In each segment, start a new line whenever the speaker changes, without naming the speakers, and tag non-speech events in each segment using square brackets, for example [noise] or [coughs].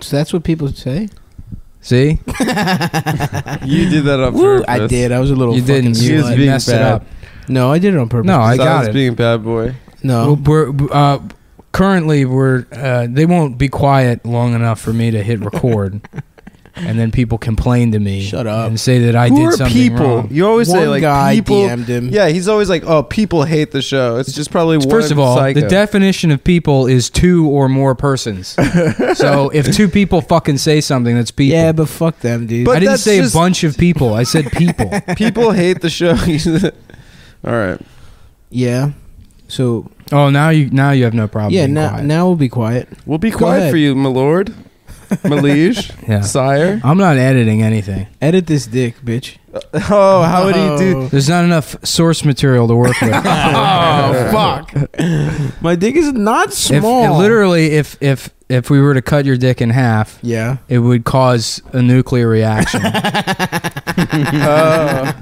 So that's what people say.
See,
You did that on
Woo,
purpose.
I did. I was a little.
you
fucking
didn't. You
was
slut.
being
messed it
bad.
up.
No, I did it on purpose.
No, I got
Silence
it.
being bad boy.
no.
We're, uh, currently, we're uh, they won't be quiet long enough for me to hit
[laughs]
record, and then people complain to me.
Shut up.
and say that I
Who
did
are
something
people?
wrong.
You always
One
say like
guy
people.
DM'd him.
Yeah, he's always like, oh, people hate the show. It's just probably one
First of all,
psycho.
the definition of people is two or
[laughs]
more persons. so if two people fucking say something, that's people.
Yeah, but fuck them, dude.
But
I didn't
that's
say
just-
a bunch of people. I
[laughs]
said people.
[laughs] people hate
[laughs]
the show. all right,
yeah. So
oh, now you now you have no problem.
yeah,
being
now
quiet.
now we'll be quiet.
we'll be
Go
quiet
ahead.
for you, my lord, my [laughs] liege,
Yeah.
sire.
I'm not editing anything.
Edit this dick,
[laughs]
bitch.
Oh, how would he do?
There's not enough source material to work with.
[laughs] oh fuck! [laughs] My dick is not
if,
small.
literally, if if if we were to cut your dick in half, [laughs]
Yeah. Uh.
it would cause a nuclear reaction.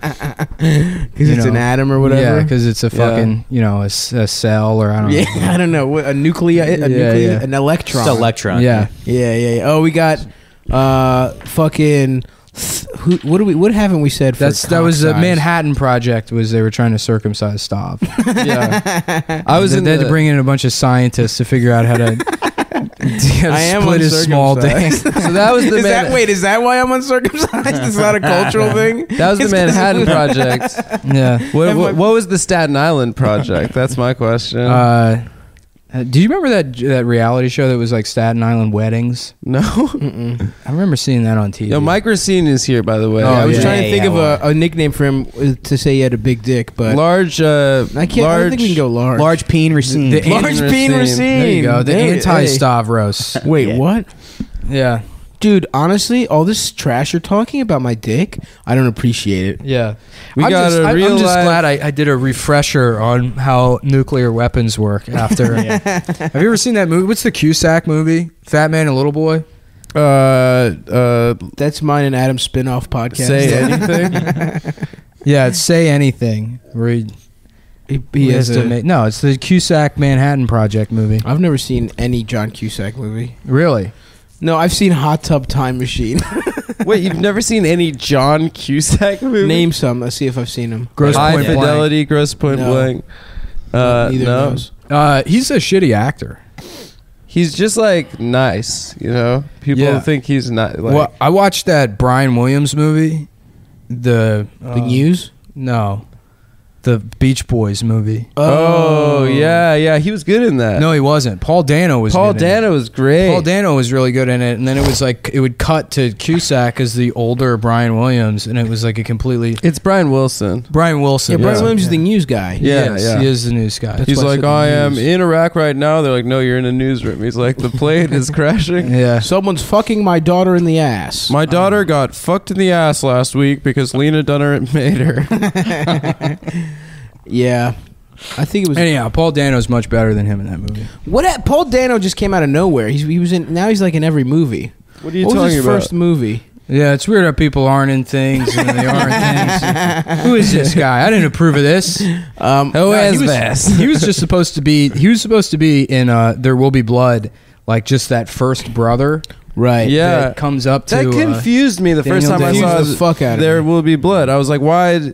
Because
You
it's an
know.
atom [laughs] or whatever.
Yeah, because it's a fucking you know a, s- a cell or I
[laughs]
don't
Yeah,
know.
I don't know. What, a nuclei, a
Yeah,
nuclei,
yeah.
an electron.
Just electron.
Yeah,
yeah, yeah, yeah. Oh, we got uh, fucking. Who, what do we? What haven't we said? For
that's that was uh, the
cock size?
Manhattan Project was they were trying to circumcise Stav.
[laughs]
Yeah,
Uh,
I was
they,
in
they had to
the-
bring in a bunch of scientists to figure out how to, [laughs] how to
I am
split his small dick.
uncircumcised. [laughs]
so that was the
Is that
man,
wait? Is that why I'm uncircumcised? is that a
[laughs]
cultural thing? [laughs]
that was the
It's 'cause
Manhattan Project.
yeah.
What,
Am I-
what, what was the Staten Island Project? That's my question.
Uh, uh, do you remember that that reality show that was like Staten Island weddings?
[laughs] no,
Mm-mm.
I remember seeing that on TV.
yo, Mike Racine is here, by the way.
Oh,
I was
yeah.
trying to
Yeah,
think
yeah,
of a, a nickname for him uh, to say he had a big dick, but
large. Uh,
I can't. I
Large,
don't think we can go large. Mm.
Large peen received.
The-
large bean
Racine.
Racine.
there you go. The
Hey,
anti
hey.
Stavros.
Wait,
Yeah.
what?
yeah,
Dude, honestly, all this trash you're talking about my dick, I don't appreciate it.
yeah.
We
I'm
got
just,
a
I-
real
I'm just
life-
glad I, I did a refresher on how nuclear weapons work. After, have you ever seen that movie? What's the Cusack movie? Fat Man and Little Boy.
Uh, uh,
That's mine and Adam's spin-off podcast.
say anything.
Yeah, it's say anything. Read.
[laughs] He- he has to make-
no, it's the Cusack Manhattan Project movie.
I've never seen any John Cusack movie.
Really?
No, I've seen Hot Tub Time Machine.
[laughs] [laughs] Wait, you've never seen any John Cusack movie?
Name some. Let's see if I've seen them.
Gross
High
Point Blank.
Fidelity, Gross Point
No.
Blank. Uh,
Neither
no,
of those.
Uh, he's a shitty actor.
he's just like nice. You know, people
Yeah.
think he's not. Like,
well, I watched that Brian Williams movie. The
Uh,
the news?
No, the Beach Boys movie.
Oh, yeah, yeah, he was good in that.
No, he wasn't. Paul Dano was.
Paul
good in it.
Dano was great.
Paul Dano was really good in it, and then it was like it would cut to Cusack as the older Brian Williams, and it was like a completely
it's Brian Wilson.
Brian Wilson.
Yeah, Brian
Yeah.
Williams is the news guy.
Yeah,
yes,
yeah.
he is the news guy.
That's
He's
why I
like,
said the
I am
news.
in Iraq right now. They're like, no, you're in a newsroom. He's like, the
[laughs]
plane is crashing.
yeah,
Someone's fucking my daughter in the ass.
Um,
My daughter got fucked in the ass last week because Lena Dunner [laughs] made her.
yeah. I think it was.
Anyhow, Paul Dano's much better than him in that movie.
What? At, Paul Dano just came out of nowhere. He's, he was in. Now he's like in every movie.
What are you
what was
talking
his
about?
first movie?
Yeah, it's weird how people aren't in things and they are
[laughs]
in things. Who is this guy? I didn't approve of this.
Um,
Who
no,
is
he was-
this? He was just supposed to be. He was supposed to be in uh, "There Will Be Blood," like just that first brother
Right.
Yeah.
that comes up to.
That
uh,
confused me the first
Daniel
time I
Day-Lewis.
saw
Confused the fuck out of
There
me.
will be blood. I was like, why? d-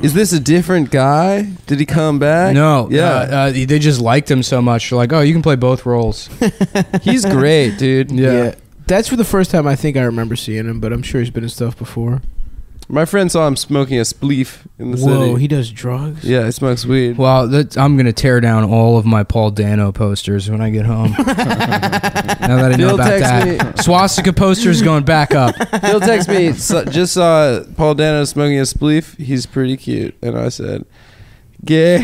Is this a different guy? Did he come back?
no, yeah,
Yeah,
uh, they just liked him so much. They're like, oh, you can play both roles.
[laughs] he's great, dude.
Yeah.
That's for the first time I think I remember seeing him, but I'm sure he's been in stuff before.
My friend saw him smoking a spleef in the
Whoa,
city.
he does drugs.
yeah, he smokes weed.
Well, that, I'm gonna tear down all of my Paul Dano posters when I get
[laughs]
home. now that I know
Bill
about
texts
that, swastika posters going back up.
[laughs] He'll text me. So, just saw Paul Dano smoking a spleef. He's pretty cute, and I said, "Gay."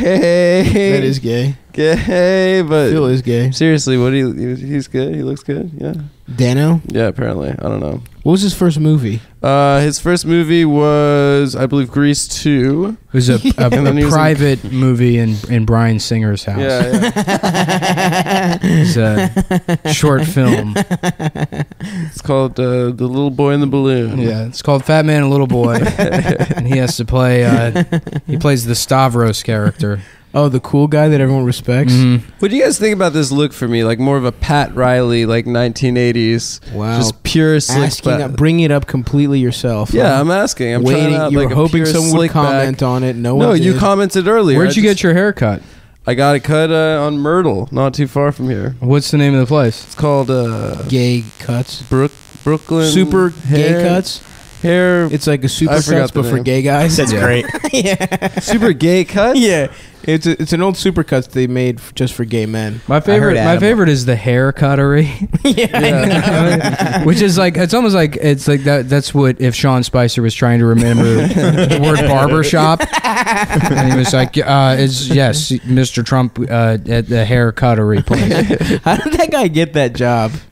That is gay.
gay, but
Phil is gay.
seriously, what do you? he- He's good. He looks good. Yeah,
Dano.
yeah. Apparently, I don't know.
What was his first movie?
Uh, his first movie was, I believe, Grease Two.
It was a,
[laughs]
a,
And then he
a
was in-
private movie in in Brian Singer's house.
Yeah, yeah.
It's a short film.
[laughs] it's called uh, The Little Boy in the Balloon.
Yeah, it's called Fat
[laughs]
Man and Little Boy, and he has to play. Uh, he plays the Stavros character.
Oh, the cool guy that everyone respects.
Mhm.
What do you guys think about this look for me? Like more of a Pat Riley, like 1980s,
Wow.
just pure slick
Asking,
back.
bringing it up completely yourself.
yeah, I'm asking. I'm
waiting.
Trying out,
you
like
were
a
hoping
pure
someone would
slick back.
comment on it. No,
No,
one
you
did.
commented earlier.
Where'd
I
you
just-
get your hair cut?
I got it cut uh, on Myrtle, not too far from here.
What's the name of the place?
It's called uh,
gay cuts.
Brook Brooklyn
Super
hair,
gay cuts.
hair.
It's like a super
I forgot
cuts,
the
but for
name.
gay guys.
That's great.
[laughs] yeah, [laughs]
super gay cut.
yeah. It's a, it's an old super cuts they made f- just for gay men.
My favorite. My
Adam-
favorite is the hair cuttery,
[laughs] yeah,
[laughs] which is like it's almost like it's like that. That's what if Sean Spicer was trying to remember the word barber shop, and he was like, uh, "Is yes, Mr. Trump uh, at the hair cuttery
[laughs]
place."
How did that guy get that job? it's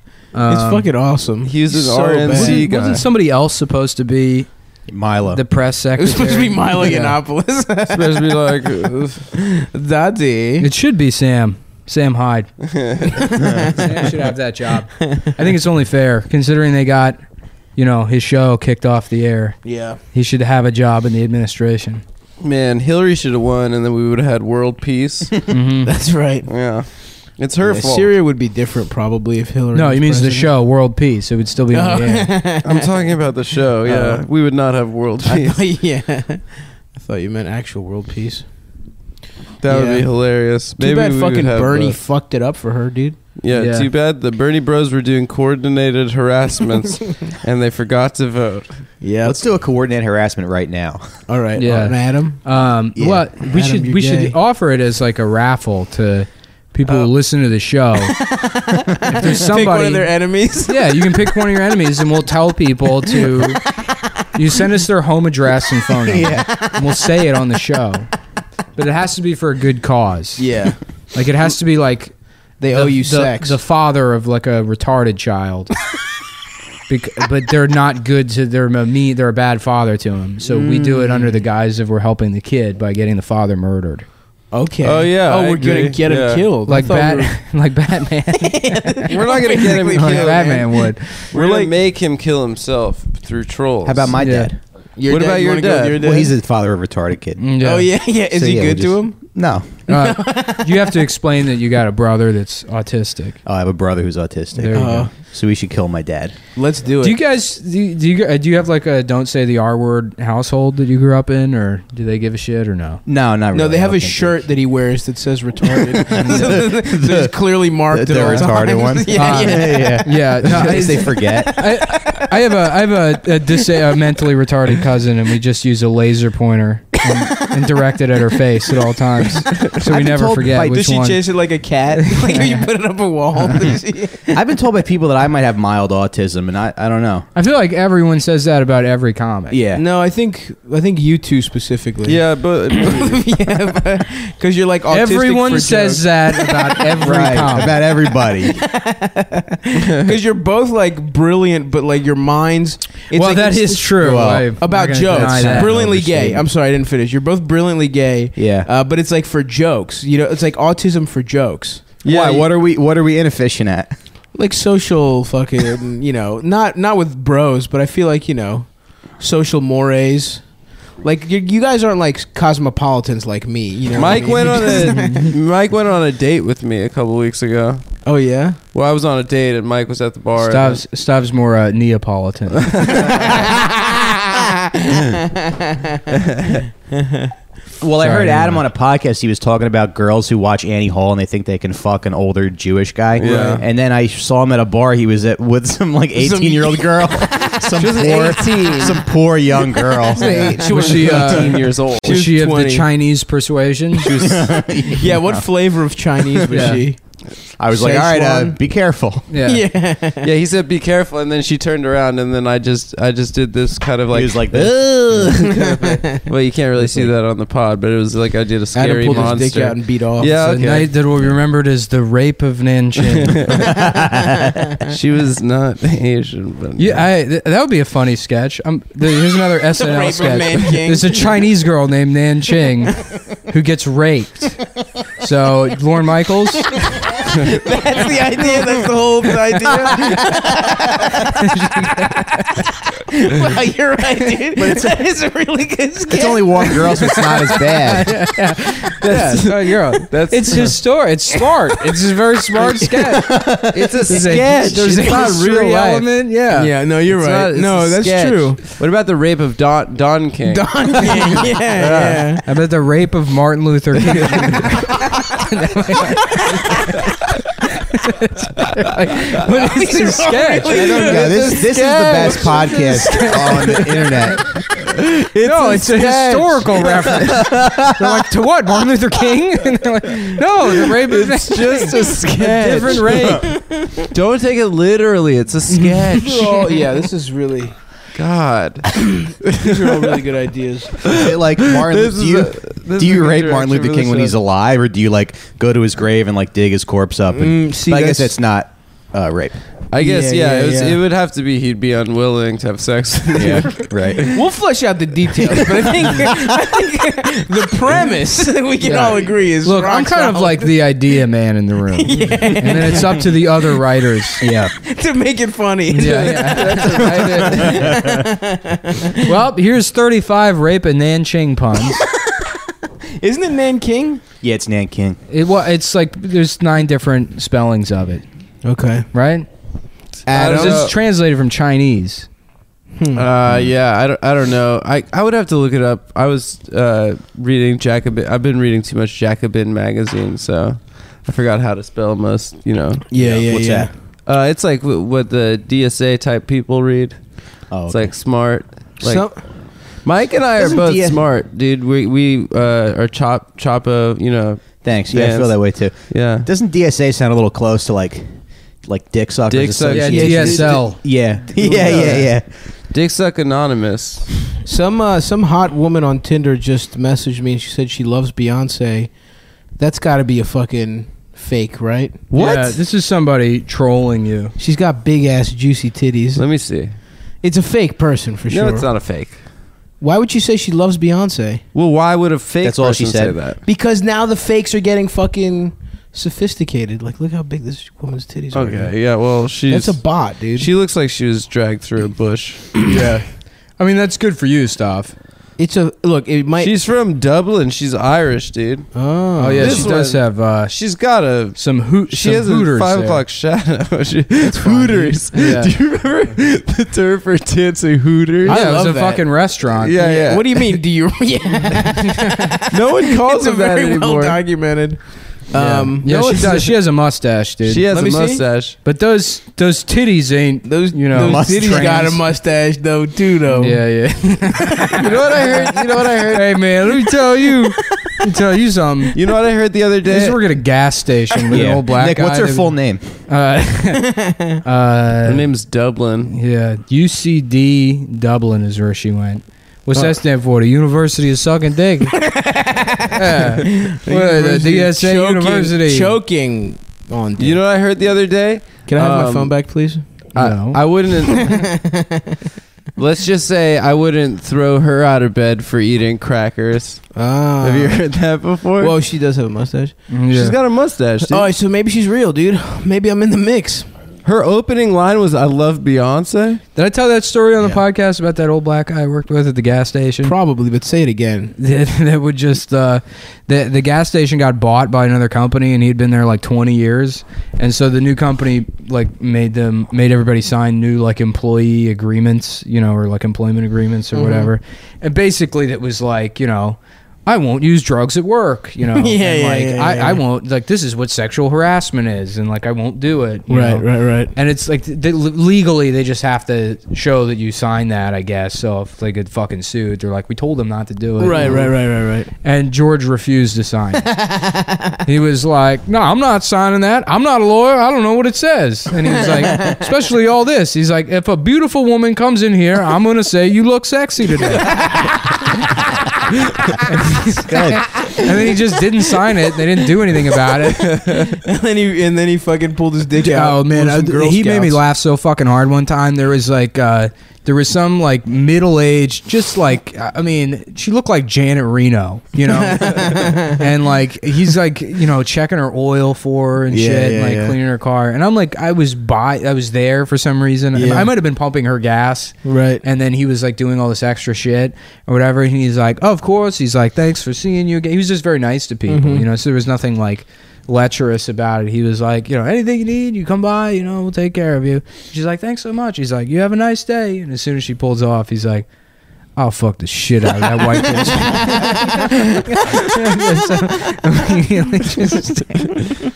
Um,
fucking awesome.
He was an
So
RNC
bad.
guy.
Wasn't somebody else supposed to be
Milo.
the
[laughs]
press
It
secretary?
was supposed to be Milo
[laughs]
Yiannopoulos.
It's supposed to be like uh,
Daddy.
It should be Sam. Sam Hyde.
[laughs]
Sam should have that job. I think it's only fair, considering they got, you know, his show kicked off the air.
Yeah.
He should have a job in the administration.
man. Hillary should have won, and then we would have had world peace.
Mhm.
That's right.
yeah, it's her
Yeah,
fault.
Syria would be different probably if Hillary.
No,
was
he means the
president. Oh.
show World Peace. It would still be on the
[laughs]
air.
I'm talking about the show. Yeah,
Uh,
we would not have world
I
peace.
thought,
[laughs]
yeah. I thought you meant actual world peace.
That would
yeah.
be hilarious.
Too bad
we would
fucking
have,
Bernie
uh,
fucked it up for her, dude.
yeah,
Yeah.
too bad the Bernie Bros were
[laughs]
doing coordinated harassments, and they forgot to vote.
Yeah.
Let's do a coordinate harassment right now.
All right.
Yeah.
uh, Adam.
Um,
Yeah.
Well, we
Adam,
should
you're
we
gay.
should offer it as like a raffle to people
Oh.
who listen to
[laughs]
the show. if there's somebody,
enemies.
yeah, you can pick one of your enemies, and we'll tell people to. You send us their home address and phone number, and we'll say it on the show. But it has to be for a good
[laughs]
cause.
[laughs]
yeah.
Like it has to be like
They
the-
owe you
the,
sex.
The father of like a
[laughs]
retarded child. Bec- but they're not good to they're a me they're a bad father to him. So we do it under the
Mm.
guise of we're helping the kid by getting the father murdered.
okay.
Oh, yeah,
Oh,
I
we're
agree.
gonna get him
Yeah.
killed. I
Like
thought we
bat
were-
[laughs] like Batman.
[laughs]
We're not gonna get him
Basically,
killed.
[laughs] like
yeah,
Batman would.
We're, gonna make him kill himself through trolls.
How about my
Yeah.
dad?
Your
What about
you
your
wanna go with
dad?
Well, he's the father of a retarded kid.
Mm,
Oh yeah, yeah. Is
So,
he
yeah,
good
we
to
just-
him?
No.
[laughs]
Uh, you have to explain that you got a brother that's autistic.
Oh, I have a brother who's autistic.
There you
Uh,
go.
So we should kill my dad.
Let's do it.
Do you guys do you, do you uh, do you have like a don't say the R word household that you grew up in, or do they give a shit or no?
No, not really.
[laughs] no, they
I
have
don't
a
think
shirt that he wears that says retarded. [laughs] so
The-
he's clearly marked
the
at all
retarded
[laughs] times.
one?
yeah,
Ah.
Uh,
yeah.
yeah.
[laughs]
Yeah, [laughs] no,
In
I-
case they forget.
I, I have a I have a, a, dis- a mentally retarded cousin, and we just use a laser pointer and, and direct it at her face at all times, so we
I've
never
told
forget
by-
which
Does she
one.
chase it like a [laughs] cat? like you put it up a [laughs] wall?
I've been told by people that I might have mild autism, and I, I don't know.
I feel like everyone says that about every comic.
Yeah.
No, I think I think you two specifically.
Yeah,
[laughs] [coughs]
but
yeah, because you're like autistic
everyone
for
says that about every
Right.
comic.
About everybody.
because you're both like brilliant, but like your minds. It's
well,
like
that
it's-
is true.
Well,
I'm not
about
gonna
jokes.
deny that.
Brilliantly
Overstatement.
gay. I'm sorry, I didn't finish. You're both brilliantly gay.
Yeah.
Uh, but it's like for jokes, you know. It's like autism for jokes,
Yeah,
Why?
you-
What are we? What are we inefficient at?
like social fucking, [laughs] you know, not not with bros, but I feel like you know, social mores. Like you, you guys aren't like cosmopolitans like me, you know. what I
Mike
mean?
went on a Mike went on a date with me a couple weeks ago.
[laughs] Oh
[laughs]
yeah.
Well, I was on a date and Mike was at the bar.
Stav's, Stav's more uh, Neapolitan.
Well, I
Sorry,
heard
I
Adam on
didn't-
a podcast. He was talking about girls who watch Annie Hall and they think they can fuck an older Jewish guy.
Yeah.
And then I saw him at a bar. He was at with some like
Some-
eighteen year old
[laughs]
girl, some poor, some poor young girl.
[laughs] she was she, uh,
18 years old.
was
was
she of the
20.
Chinese persuasion?
Yeah, what flavor of Chinese was
Yeah.
she?
I was like, all right, uh,
Szechuan.
be careful.
[laughs]
yeah.
Yeah.
Yeah, he said be careful, and then she turned around, and then I just I just did this kind of like.
he was like, this.
"Ugh." well, you can't really see that on the pod, but it was like I did a
Adam
scary
pulled
monster.
his dick out and beat off.
The
Yeah,
[laughs]
okay.
night that will be remembered as the rape of Nanjing.
she was not [laughs] Asian, but
Yeah, I, th- that would be a funny sketch. Um, th- here's another
Rape
SNL
of
sketch.
Nanking.
There's a Chinese girl named Nan Ching who gets raped. So Lorne Michaels,
That's the idea. That's the whole idea.
wow, you're right, dude. that is a really good skit.
It's only one girl, so it's not as
[laughs]
bad.
That's, yeah, you're
That's
it's his story. It's smart. It's a very smart sketch.
it's a
There's a-
sketch.
There's a
It's not
history
real life.
element. Yeah.
yeah, no, you're
It's
right.
not- it's
no,
a
that's
sketch.
true.
What about the rape of Don Don King?
Don King. Yeah, yeah.
I bet the rape of Martin Luther King. [laughs] Like, what is this sketch? I don't
Yeah,
get
this, this is the best podcast on the internet.
no, it's a historical reference. They're like, to what? Martin Luther King? [laughs] And they're like, no, the rape is [laughs]
It's just a sketch.
different rape.
[laughs] Don't take it literally. It's a sketch.
[laughs] Oh, yeah, this is really
God.
these are all really good ideas.
Is it like Martin,
This
do
is
you,
a- this
do
is a
you
good
rape Martin
direction
Luther
for
King
this
when he's
show.
alive, or do you like go to his grave and like dig his corpse up? And,
Mm, see,
but I guess
that's-
that's not uh, rape.
I guess
Yeah,
yeah.
yeah,
it, was,
yeah.
it would have to be he'd be unwilling to have sex. with you.
[laughs] right.
We'll flesh out the details, but I think, I think the premise that we can
Yeah.
all agree is
Look, I'm
rock
kind of
solid
like the idea man in the [laughs] room. And then it's up to the other [laughs] writers.
Yeah.
to make it funny.
Yeah, yeah. [laughs] That's a- I did. well, here's 35 rape and Nanching [laughs] puns.
Isn't it Nan King?
Yeah, it's Nan King.
It wa it's like there's nine different spellings of it,
Okay.
right?
I don't
It's
know.
translated from Chinese.
Uh, yeah, I don't, I don't know. I, I would have to look it up. I was uh, reading Jacobin. I've been reading too much Jacobin magazine, so I forgot how to spell most. You know,
Yeah, yeah,
What's
yeah.
that?
uh, it's like w- what the DSA type people read.
Oh,
It's
okay.
like smart. Like
So-
Mike and I are
Doesn't
both
DS
smart, dude. We we uh, are chop chopo. You know,
thanks. Yeah, I feel
Yes.
that way too.
yeah.
Doesn't DSA sound a little close to like, like dick suckers?
Dick suck-
Yeah,
Yeah,
Association?
DSL.
Yeah. Yeah. Yeah. Yeah.
Dick suck anonymous.
Some uh, some hot woman on Tinder just messaged me and she said she loves Beyonce. That's got to be a fucking fake, right?
What?
Yeah, this is somebody trolling you.
She's got big ass juicy titties.
Let me see.
It's a fake person for sure.
No, it's not a fake.
Why would you say she loves Beyonce?
Well, why would a fake
That's all she
person
said.
say that?
Because now the fakes are getting fucking sophisticated. Like, look how big this woman's titties are.
Okay, yeah. Well, she's
That's a bot, dude.
She looks like she was dragged through a [coughs] bush.
yeah. I mean, that's good for you, Staff.
it's a look. It might.
She's from Dublin. She's Irish, dude.
oh,
Oh, yeah,
This
she does
one-
have uh,
She's got a.
some hoot.
She
some
has
hooters
a five
there.
o'clock shadow. [laughs] She, [laughs] hooters.
Yeah.
Do you remember the term for dancing hooters?
Yeah,
I
it was
love
a
that.
fucking restaurant.
yeah, yeah.
What do you mean? Do you? [laughs] Yeah.
no [laughs] one
it's
calls
a
them that
very well
anymore.
documented. Um,
yeah.
No,
she
it's-
does. She has a mustache, dude.
she has
Let
a
me see.
mustache.
but those those titties ain't.
Those
You know,
those
must-
titties
trans.
got a mustache though too though.
Yeah, yeah.
Oh. [laughs] You know what I heard? You know what I heard?
hey, man, let me tell you,
[laughs]
let me tell you something.
You know what I heard the [laughs] other
These
day?
were at a gas station with an old black
Nick,
guy.
what's her
that-
full name?
[laughs] Uh,
Her
uh,
name's Dublin.
yeah, UCD Dublin is where she went. What's
Oh.
that stand for? The University of Sucking Dick. yeah.
The
What, the
university-
DSA
choking,
University.
choking on. Dick.
You know what I heard the other day?
Can I have my
um,
phone back, please?
I-
No.
I, wouldn't. [laughs] let's just say I wouldn't throw her out of bed for eating crackers.
Ah.
Have you heard that before?
Well, she does have a mustache.
She's got a mustache. Dude.
All right, so maybe she's real, dude. Maybe I'm in the mix.
Her opening line was "I love Beyonce."
Did I tell that story on the
Yeah.
podcast about that old black guy I worked with at the gas station?
Probably, but say it again.
[laughs] that, that would just uh, the the gas station got bought by another company, and he'd been there like twenty years, and so the new company like made them made everybody sign new like employee agreements, you know, or like employment agreements or
Mhm.
whatever, and basically that was like you know. I won't use drugs at work, you know.
[laughs] Yeah,
and,
yeah,
like
yeah,
I,
yeah.
I won't like this is what sexual harassment is, and like I won't do it. you know?
right, right.
And it's like th- they, legally they just have to show that you sign that, I guess. So if they get fucking sued, they're like, we told them not to do it.
Right,
you know?
right, right, right, right.
And George refused
[laughs]
to sign. it. he was like, "No, I'm not signing that. I'm not a lawyer. I don't know what it says." And he
[laughs]
was like, "Especially all this." He's like, "If a beautiful woman comes in here, I'm gonna say you look sexy today." and then he just didn't sign it. They didn't do anything about it.
and [laughs] then he and then he fucking pulled his dick out.
Oh man,
with some
I-
Girl
he made me
Scouts.
laugh so fucking hard one time. There was like uh, there was some like middle aged, just like I mean, she looked like Janet Reno,
[laughs]
you know, and like he's like you know checking her oil for her and
Yeah,
shit, and,
yeah,
like
yeah.
cleaning her car, and I'm like I was by I was there for some reason, And
Yeah.
I might have been pumping her gas,
Right.
and then he was like doing all this extra shit or whatever. And he's like, oh, of course. He's like, thanks for seeing you again. He was just very nice to people,
Mhm.
you know. So there was nothing like lecherous about it. He was like, you know, anything you need, you come by, you know, we'll take care of you. She's like, thanks so much. He's like, you have a nice day. And as soon as she pulls off, he's like, I'll fuck the shit out of that white [laughs] bitch. So, just-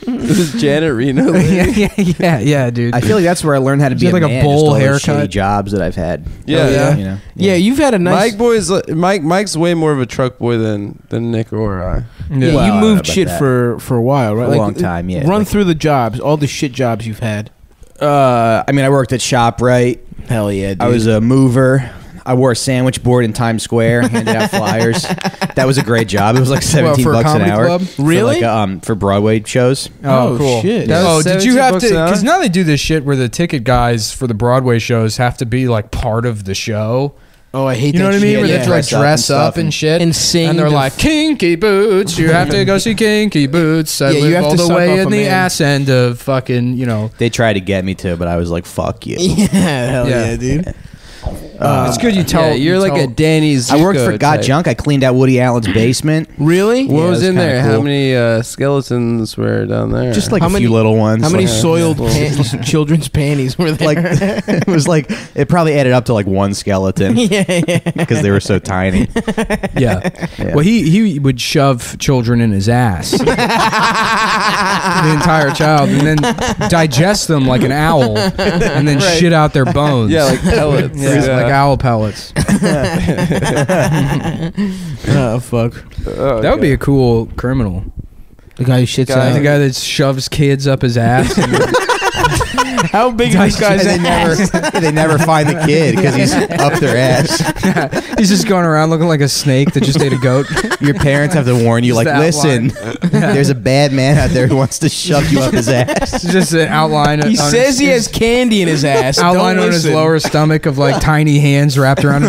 This is Janet [laughs] Reno.
yeah, [laughs] yeah, yeah, yeah, dude.
I feel like that's where I learned how to
She
be
had
a
like a
man, just
bowl
all those
haircut.
shitty Jobs that I've had.
Yeah, Oh, yeah.
You know?
Yeah, you've had a nice.
Mike boy's li- Mike. Mike's way more of a truck boy than than Nick or I.
yeah, you
Well, I don't know
moved
about
shit
that.
for for a while, right? uh,
a long time, yeah.
Run
Like,
through the jobs, all the shit jobs you've had.
uh, I mean, I worked at ShopRite.
Hell yeah, dude.
I was a mover. I wore a sandwich board in
[laughs]
Times Square, handed out flyers. That was a great job. It was like
Well,
seventeen
for a
bucks an
comedy
hour.
club?
For
Really?
like, um, for Broadway shows.
Oh, shit. That
oh,
was
did
17
you have
bucks
to?
an hour?
Because now they do this shit where the ticket guys for the Broadway shows have to be like part of the show.
oh, I hate
You know
that
what I mean?
shit.
Where
yeah.
they try to
Dress up and
dress
stuff
up and,
and-
shit
and sing
and they're
the
like
f-
Kinky Boots. You have to go see Kinky Boots. I
Yeah, you
live
have
all
to
the
suck
way
off
in
a
the
man."
ass end of fucking you know.
They tried to get me to, but I was like, "Fuck you."
[laughs] [laughs] Yeah, hell
Yeah.
yeah, dude.
it's good you tell.
yeah, you're
you
like
tell-
a [laughs] Danny's.
I worked for God Junk. I cleaned out Woody Allen's basement.
Really?
What
Yeah,
was
it was
in
kinda
there? How
cool.
many uh, skeletons were down there?
Just like
How
a
many-
few little ones.
How many
Like,
soiled pan- children's panties were there?
like [laughs] it was like it probably added up to like one
[laughs] [laughs]
skeleton
yeah, yeah.
because they were so tiny.
yeah.
Yeah.
Well, he he would shove children in his ass, the entire child, and then digest them like an owl, and then
Right.
shit out their bones.
yeah, like pellets.
Yeah, like owl pellets.
oh fuck,
Oh,
Uh,
That would be a cool criminal.
the guy who shits
Guy-
the
out.
guy that shoves kids up his ass.
[laughs] How big is this
[laughs]
guy's
they never [laughs] they never find the kid because he's up their ass.
He's just going around looking like a snake that just ate a goat.
Your parents have to warn you,
Just
like,
the outline.
listen, [laughs] there's a bad man out there who wants to shove you up his ass.
It's just an outline.
He
on
says
his,
he has candy in his ass. Don't
[laughs] outline on his
listen.
lower stomach of like tiny hands wrapped around a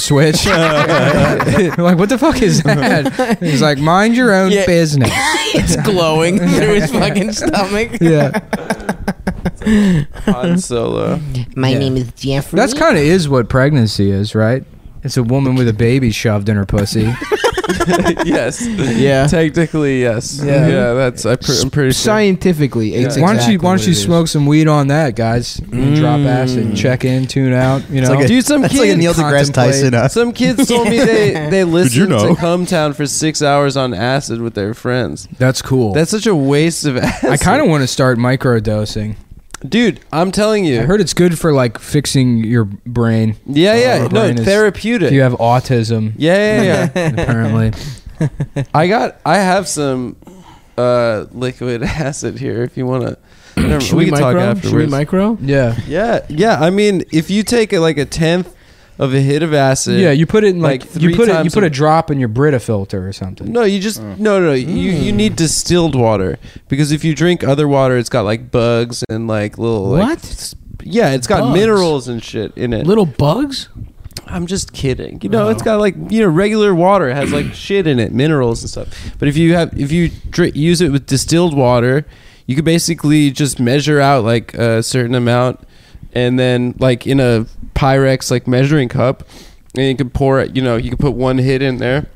[laughs]
Switch. [laughs] like, what the fuck is that? He's like, mind your own
Yeah. [laughs]
business.
[laughs] It's glowing through his fucking stomach.
Yeah,
Han Solo.
My
Yeah.
name is Jeffrey.
that's kind of is what pregnancy is, right? It's a woman with a baby shoved in her pussy.
[laughs] yes.
Yeah.
Technically, yes.
Yeah.
Yeah. that's. I pr- I'm pretty sure.
Scientifically, it's
Yeah.
why don't
exactly
you Why
what
don't you
it is.
smoke some weed on that, guys? And Drop acid, check in, tune out. You know,
like a-
Dude, some
[laughs] That's
kid.
like a Neil deGrasse Tyson. Uh,
[laughs] some kids told
[laughs]
me they they listened
know?
to Hometown for six hours on acid with their friends.
that's cool.
That's such a waste of [laughs] acid.
I kind of want to start microdosing.
dude. I'm telling you.
I heard it's good for like fixing your brain.
yeah, yeah.
Oh,
No,
brain is-
therapeutic.
If you have autism,
yeah, yeah, yeah.
apparently. [laughs]
I got. I have some uh, liquid [laughs] acid here. If
[clears throat]
you want to,
Should we, micro? Should we micro?
Yeah.
yeah, yeah. I mean, if you take uh, like a tenth of a hit of acid,
Yeah, you put it in like,
Like
you
three
put it you
times
put
a-
a drop in your Brita filter or something.
No, you just
Mm.
no, no. You you need distilled water because if you drink other water, it's got like bugs and like little like,
What?
s- yeah, it's got
Bugs?
minerals and shit in it.
Little bugs?
I'm just kidding. You know, it's got like you know regular water has like shit in it, minerals and stuff. But if you have if you dri use it with distilled water, you could basically just measure out like a certain amount, and then like in a Pyrex like measuring cup, and you can pour it. You know, you can put one hit in there,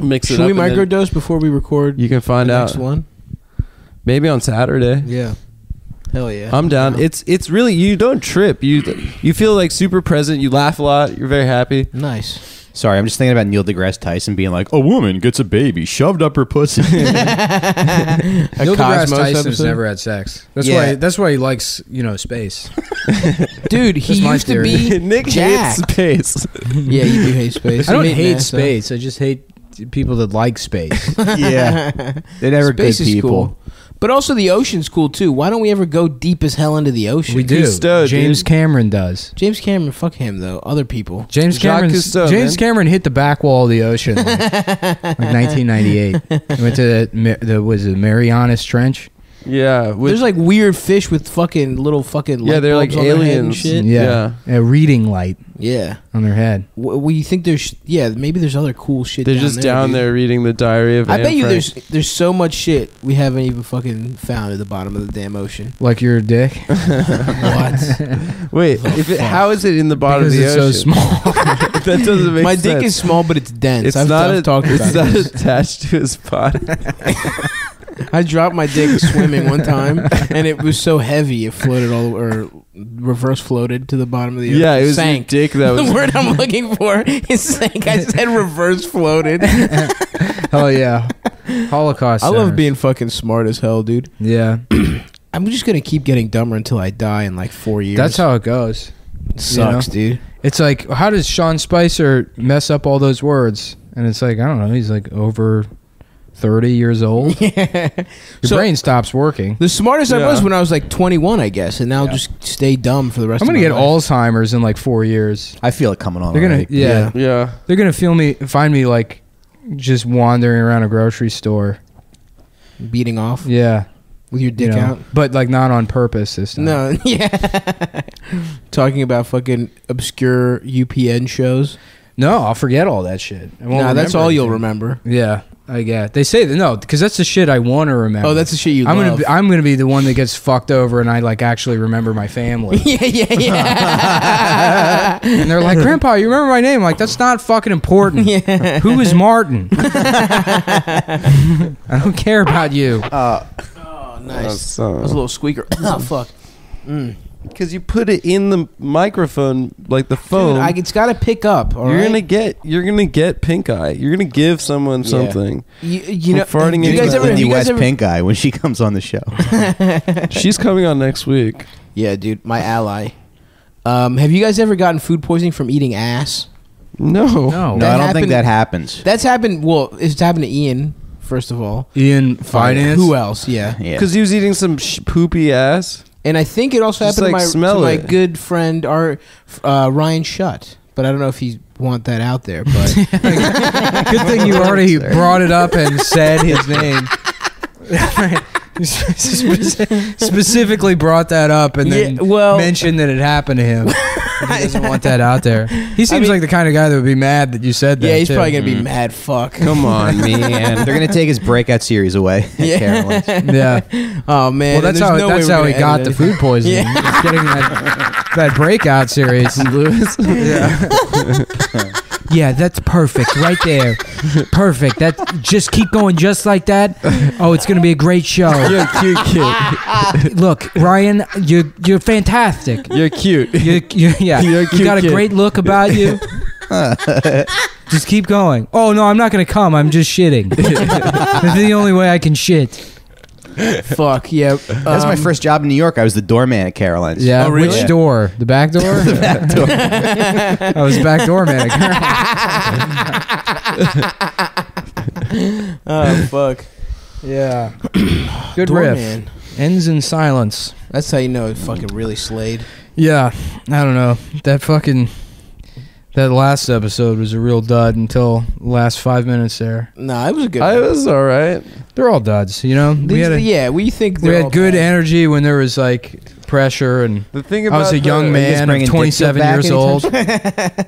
mix it
Should
up.
we
and then
microdose before we record
You can
the
find out.
next one?
Maybe on Saturday.
Yeah. Hell yeah.
I'm down. It's it's really you don't trip. You you feel like super present. You laugh a lot. You're very happy.
nice.
Sorry, I'm just thinking about Neil deGrasse Tyson being like,
A woman gets a baby shoved up her
[laughs]
pussy.
A Cosmos episode?
had sex. That's
Yeah.
why that's why he likes, you know, space.
Dude, he
That's my
used to
theory.
be
[laughs] Nick hates
jacked.
space. [laughs]
yeah, you do hate space.
I don't
You
hate
NASA.
space. I just hate people that like space. [laughs]
yeah, they're never
Space
good
is
people.
cool. But also the ocean's cool too. Why don't we ever go deep as hell into the ocean?
we do.
Cousteau, dude.
James Cameron does.
James Cameron, fuck him though. Other people.
James
Jacques
Cameron.
Cousteau,
James
man.
Cameron hit the back wall of the ocean, like, like 1998. He went to the, the was it Marianas Trench?
Yeah, with,
There's like weird fish with fucking little fucking
yeah,
light
they're like
bulbs on their head and
aliens.
shit.
Yeah. A reading light
Yeah.
on their head.
W- Well, you think there's yeah maybe there's other cool shit.
They're just down
dude.
there reading the diary of.
I
Anne
bet you
Frank.
there's there's so much shit we haven't even fucking found at the bottom of the damn
[laughs]
ocean.
Like your dick.
What?
Wait,
[laughs]
if it, how is it in the bottom
because
of the
it's so
ocean?
small.
[laughs] that doesn't make
My
sense.
dick is small, but it's dense.
It's
I've,
not.
I've
a-
talked
it's
about
not
this.
attached to his body.
I dropped my dick swimming one time, and it was so heavy it floated all or reverse floated to the bottom of the ocean.
yeah, it was
sank.
your
[laughs]
dick that
the
was.
word I'm looking for is sank. I said reverse floated.
oh yeah. Holocaust.
I love
centers.
being fucking smart as hell, dude.
Yeah.
I'm just gonna keep getting dumber until I die in like four years.
That's how it goes.
it sucks, dude.
It's like, how does Sean Spicer mess up all those words? And it's like, I don't know. He's like over 30
[laughs]
years old. Your
So-
brain stops working.
[laughs] The smartest I
Yeah.
was when I was like 21, I guess, and now I'll just stay dumb for the rest.
I'm gonna
of my
get
life.
Alzheimer's in like four years.
I feel it coming on.
They're gonna,
already.
yeah,
Yeah.
[laughs] yeah,
they're gonna feel me, find me like just wandering around a grocery store.
beating off
Yeah,
with your
you
dick
know,
out.
but like not on purpose this time.
No, [laughs] yeah. Talking about fucking obscure UPN shows.
no, I'll forget all that shit. I won't
Nah, that's
remember
all you'll
anything.
remember.
Yeah, I get. They say that no, because that's the shit I want to remember.
Oh, that's the shit you.
I'm gonna
love.
be, I'm gonna be the one that gets fucked over, and I like actually remember my
[laughs]
family.
[laughs] yeah, yeah, [laughs] yeah.
and they're like, "Grandpa, you remember my name?" I'm like, that's not fucking important.
[laughs] yeah.
Who
[laughs]
is Martin? [laughs] I don't care about you.
Oh, nice. That was a little squeaker. oh, fuck. Mm.
because you put it in the microphone like the
[laughs]
phone.
Dude, I, it's got to pick up. All
you're
right?
gonna get you're gonna get pink eye. You're gonna give someone
Yeah. [laughs]
something.
You, you know,
I'm farting
you
in
guys
my-
ever?
Lindy
You guys
West
ever?
Pink Eye when she comes on the
[laughs]
show.
She's coming on next week.
Yeah, dude, my ally. Um, have you guys ever gotten food poisoning from eating ass?
No. [laughs]
No,
No, I don't think
Oh. happened-
that happens.
That's happened. Well, it's happened to Ian first of all.
Ian Finance.
Who else? Yeah. [laughs]
Yeah.
Because he was eating some sh- poopy ass.
And I think it also
Just,
happened
like,
to my, to
smell
my
it.
good friend, our uh, Ryan Shutt. But I don't know if you want that out there. But
[laughs] Good thing you already brought it up and
[laughs]
said his name. [laughs] Specifically brought that up and then
Yeah, well- [laughs]
mentioned that it happened to him. he doesn't want that out there. He seems
mean-
like the kind of guy that would be mad that you said
[laughs]
that.
yeah, he's
too. Mm-hmm.
probably gonna be mad. Fuck.
Come
[laughs]
on,
Man, they're gonna take his breakout series away.
[laughs] Yeah.
Yeah. Carolyn's.
[laughs]
Yeah.
Oh man.
well, that's
there's
how
no way
that's
we're
how he
gonna
got
edit
the
anything.
food poisoning.
Yeah.
He's getting that, that
[laughs]
breakout series, Lewis. yeah. [laughs] yeah, that's perfect right there. Perfect. That just keep going just like that. Oh, it's gonna be a great show.
You're a cute
[laughs]
kid.
Look, Ryan, you you're fantastic.
You're cute.
You, you, yeah,
You're a
you
cute
got a
kid.
great look
[laughs]
about you. just keep going. Oh no, I'm not gonna come. I'm just shitting. That's the only way I can shit.
[laughs] Fuck yeah.
That's my
um,
first job in New York. I was the doorman at Caroline's. [laughs]
Yeah,
Oh, really?
which door? The back door.
[laughs]
I was back door man.
Oh fuck. [clears throat]
yeah, [laughs] good
Door
riff.
man.
Ends in silence.
That's how you know it fucking really slayed.
Yeah, I don't know. That fucking that last episode was a real dud until last five minutes there.
Nah, it was a good.
I
one.
was all right.
They're all duds, you know.
These,
we had a,
yeah, we think
we
they're
had
all
good
bad.
energy when there was like pressure and
[laughs]
The thing
I
about
was a young
the-
man,
bringing
of
Dick
27
back
years
anytime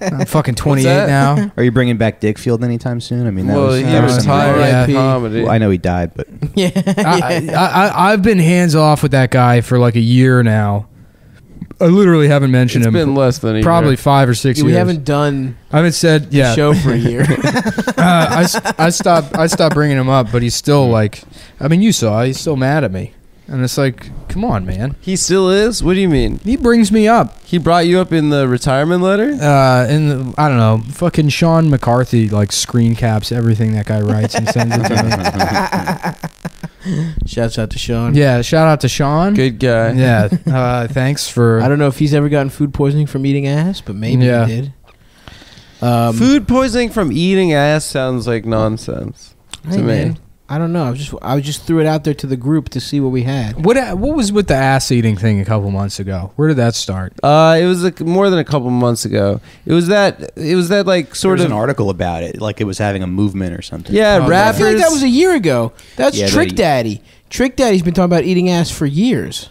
old. I'm fucking 28
that?
[laughs]
now.
Are you bringing back Dickfield anytime soon? I mean, that
Well,
was,
he
that was something-
retired
Yeah.
from comedy.
Well, I know he died, but [laughs]
[laughs] Yeah,
I, I, I, I've been hands off with that guy for like a year now. I literally haven't mentioned
It's
him.
been less than a
probably
year.
five or six
Yeah, [laughs] we
years.
haven't done
I haven't said
the
yeah.
show for a
[laughs]
year.
uh, I, s- I stopped I stopped bringing him up, but he's still like, I mean, you saw he's still mad at me, and it's like, come on, man.
He still is. What do you mean?
He brings me up
He brought you up in the retirement letter.
uh, in the, I don't know, fucking Sean McCarthy like screen caps everything that guy writes and sends it to me.
Shouts out to
[laughs]
Sean.
Yeah, shout out to Sean.
Good guy.
Yeah, uh, thanks for.
I don't know if he's ever gotten food poisoning from eating ass, but maybe
Yeah.
he did. Um,
Food poisoning from eating ass sounds like nonsense.
hey,
to me.
man. I don't know. I was just I was just threw it out there to the group to see what we had.
What uh, what was with the ass eating thing a couple months ago? Where did that start?
Uh, it was like more than a couple months ago. It was that. It was that like
There
sort
was
of
an article about it, like it was having a movement or something.
yeah.
Oh,
I
rappers.
feel like that was a year ago. That's
Yeah,
Trick
that-
Daddy. Trick Daddy's been talking about eating ass for years.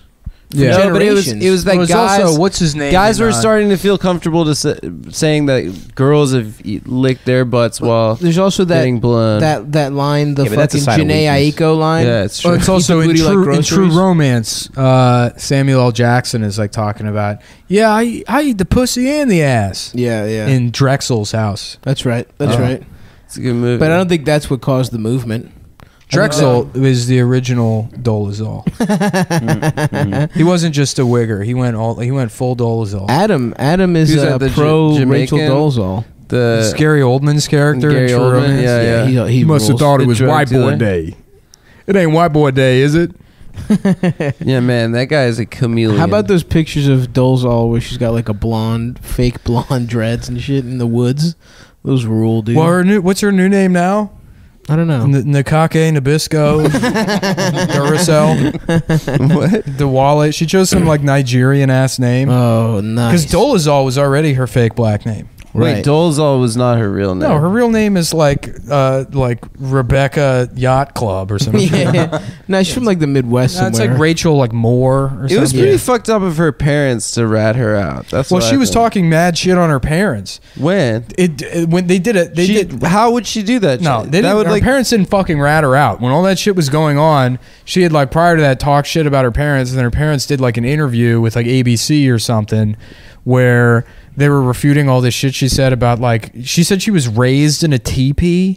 Yeah.
no, but it was
generations.
it was that
Well, it's
guys.
also- what's his name?
guys
in,
were
uh,
starting to feel comfortable to sa- saying that girls have e- licked their butts while
There's also that
getting blown.
that that line, the
Yeah, but that's a
fucking
sign of
Janae
weakness.
Aiko line.
yeah, it's true.
Well, it's
Eat
also
the
in
booty like
true, in true
groceries.
romance. Uh, Samuel L. Jackson is like talking about, yeah, I, I eat the pussy and the ass
Yeah, yeah.
in Drexel's house.
that's right. That's
Oh.
right.
It's a good movie.
But I don't think that's what caused the movement.
Drexel is the original Dolezal. he wasn't just a wigger. He went all. He went full Dolezal.
[laughs] Adam Adam is
Who's
uh,
that, the Ja-
pro Rachel
Jamaican?
Dolezal.
the
Gary Oldman's character.
Gary
in True
Oldman,
Romance.
yeah.
he, he rules.
it was White Boy
day. It ain't white boy day, is it?
yeah man, that guy is a chameleon.
How
[laughs]
about those pictures of Dolezal where she's got like a blonde, fake [laughs] blonde dreads and shit in the woods? Those rule, dude.
Well, her new, what's her new name now?
I don't know.
N- Nakake Nabisco Duracell
what?
Diwale. She chose some like Nigerian ass name
Oh, nice.
because Dolezal was already her fake black name.
Right.
Wait, Dolezal was not her real name.
No, her real name is like uh like Rebecca Yacht Club or
[laughs]
something.
[laughs] yeah. No, she's from like the Midwest
No, it's
somewhere.
like Rachel like Moore or
It
something.
was pretty
Yeah.
fucked up of her parents to rat her out. That's
well,
what
she
I
was
think.
talking mad shit on her parents.
when
It, it- when they did it, they
she,
did.
How would she do that?
No,
She-
they
that
didn't,
would
her
like
parents didn't fucking rat her out. When all that shit was going on, she had like prior to that talk shit about her parents, and then her parents did like an interview with like ABC or something, where they were refuting all this shit she said about like she said she was raised in a
[laughs]
teepee,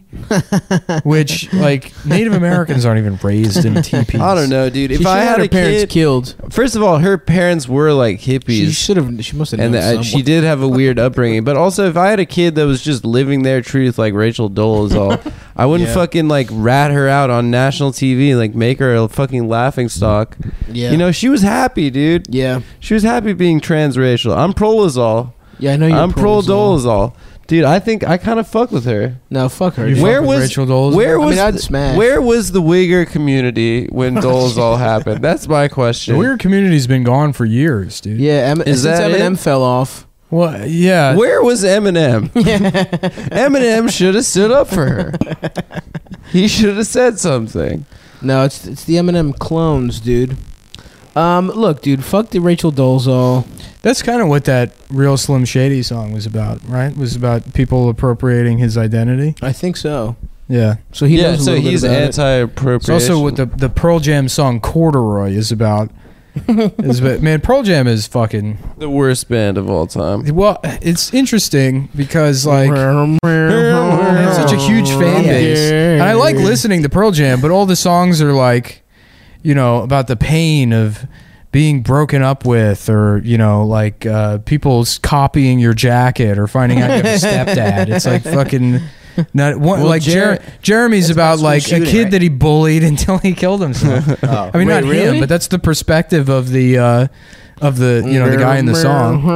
which like Native Americans aren't even raised in teepees.
I don't know, dude.
She
if
should've
I
had,
had,
her
a
parents
kid,
killed,
first of all, her parents were like
she
hippies,
should have. She must have.
and
known
that, uh, she
someone.
did have a weird upbringing. But also, if I had a kid that was just living their truth like
[laughs]
Rachel Dolezal, I wouldn't
Yeah.
fucking like rat her out on national TV, like make her a fucking laughing stock.
Yeah.
You know, she was happy, dude.
Yeah.
She was happy being transracial. I'm prolazol.
Yeah, I know you're
I'm
pro
pro
Dolezal.
Dolezal. Dude, I think I kind of fuck with her.
No, fuck her.
You
dude.
fuck
where
with
was
Rachel Dolezal?
where
I
was
mean, I'd
the-
smash.
where was the Uyghur community
[laughs]
when Dolezal happened? That's my
The
question.
weird community's been gone for years, dude.
Yeah, em- since
Is that
Eminem
it?
fell off.
Well,
Uh,
yeah.
Where was
[laughs]
Eminem? Eminem should have stood up for her. He should have said something.
No, it's it's the Eminem clones, dude. Um, look, dude, fuck the Rachel Dolezal.
That's kind of what that real Slim Shady song was about, right? Was about people appropriating his identity.
I think so.
Yeah.
So he
yeah,
knows a
so
little bit
he's
about it.
It's
anti-appropriation.
also what the the Pearl Jam song "Corduroy" is about. is about man, Pearl Jam is fucking.
the worst band of all time.
[laughs]
Well, it's interesting because like
it's
it's such a huge fan base, and I like listening to Pearl Jam, but all the songs are like, you know, about the pain of being broken up with, or you know, like uh, people s- copying your jacket or finding out you have a stepdad. It's like fucking. Not one,
Well,
like Jer-
Jer-
Jeremy's
That's
about
about
like
school
a
shooting,
kid
right?
that he bullied [laughs] until he killed himself.
Oh.
[laughs] I mean,
Wait,
not
really?
him, but that's the perspective of the uh, of the you know the guy in the song.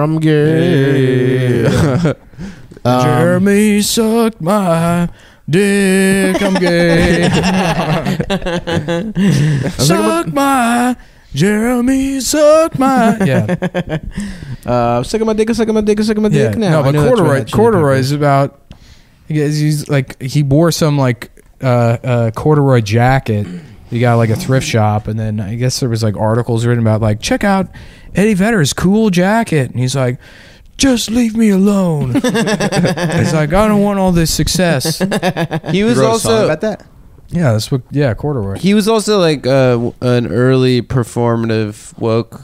I'm gay. Um,
Jeremy sucked my dick. I'm gay.
[laughs]
suck my Jeremy
[laughs]
sucked my yeah
[laughs] Uh, sucking my dick, sucking my dick, sucking my
yeah.
dick. Now,
No, but corduroy corduroy is about he gets- he's like he wore some like uh, uh, corduroy jacket. He got like a thrift shop, and then I guess there was like articles written about like check out Eddie Vedder's cool jacket, and he's like. Just leave
[laughs]
me alone. it's like I don't want all this success.
He was also
about that.
Yeah, that's what. Yeah, corduroy.
He was also like uh, w- an early performative woke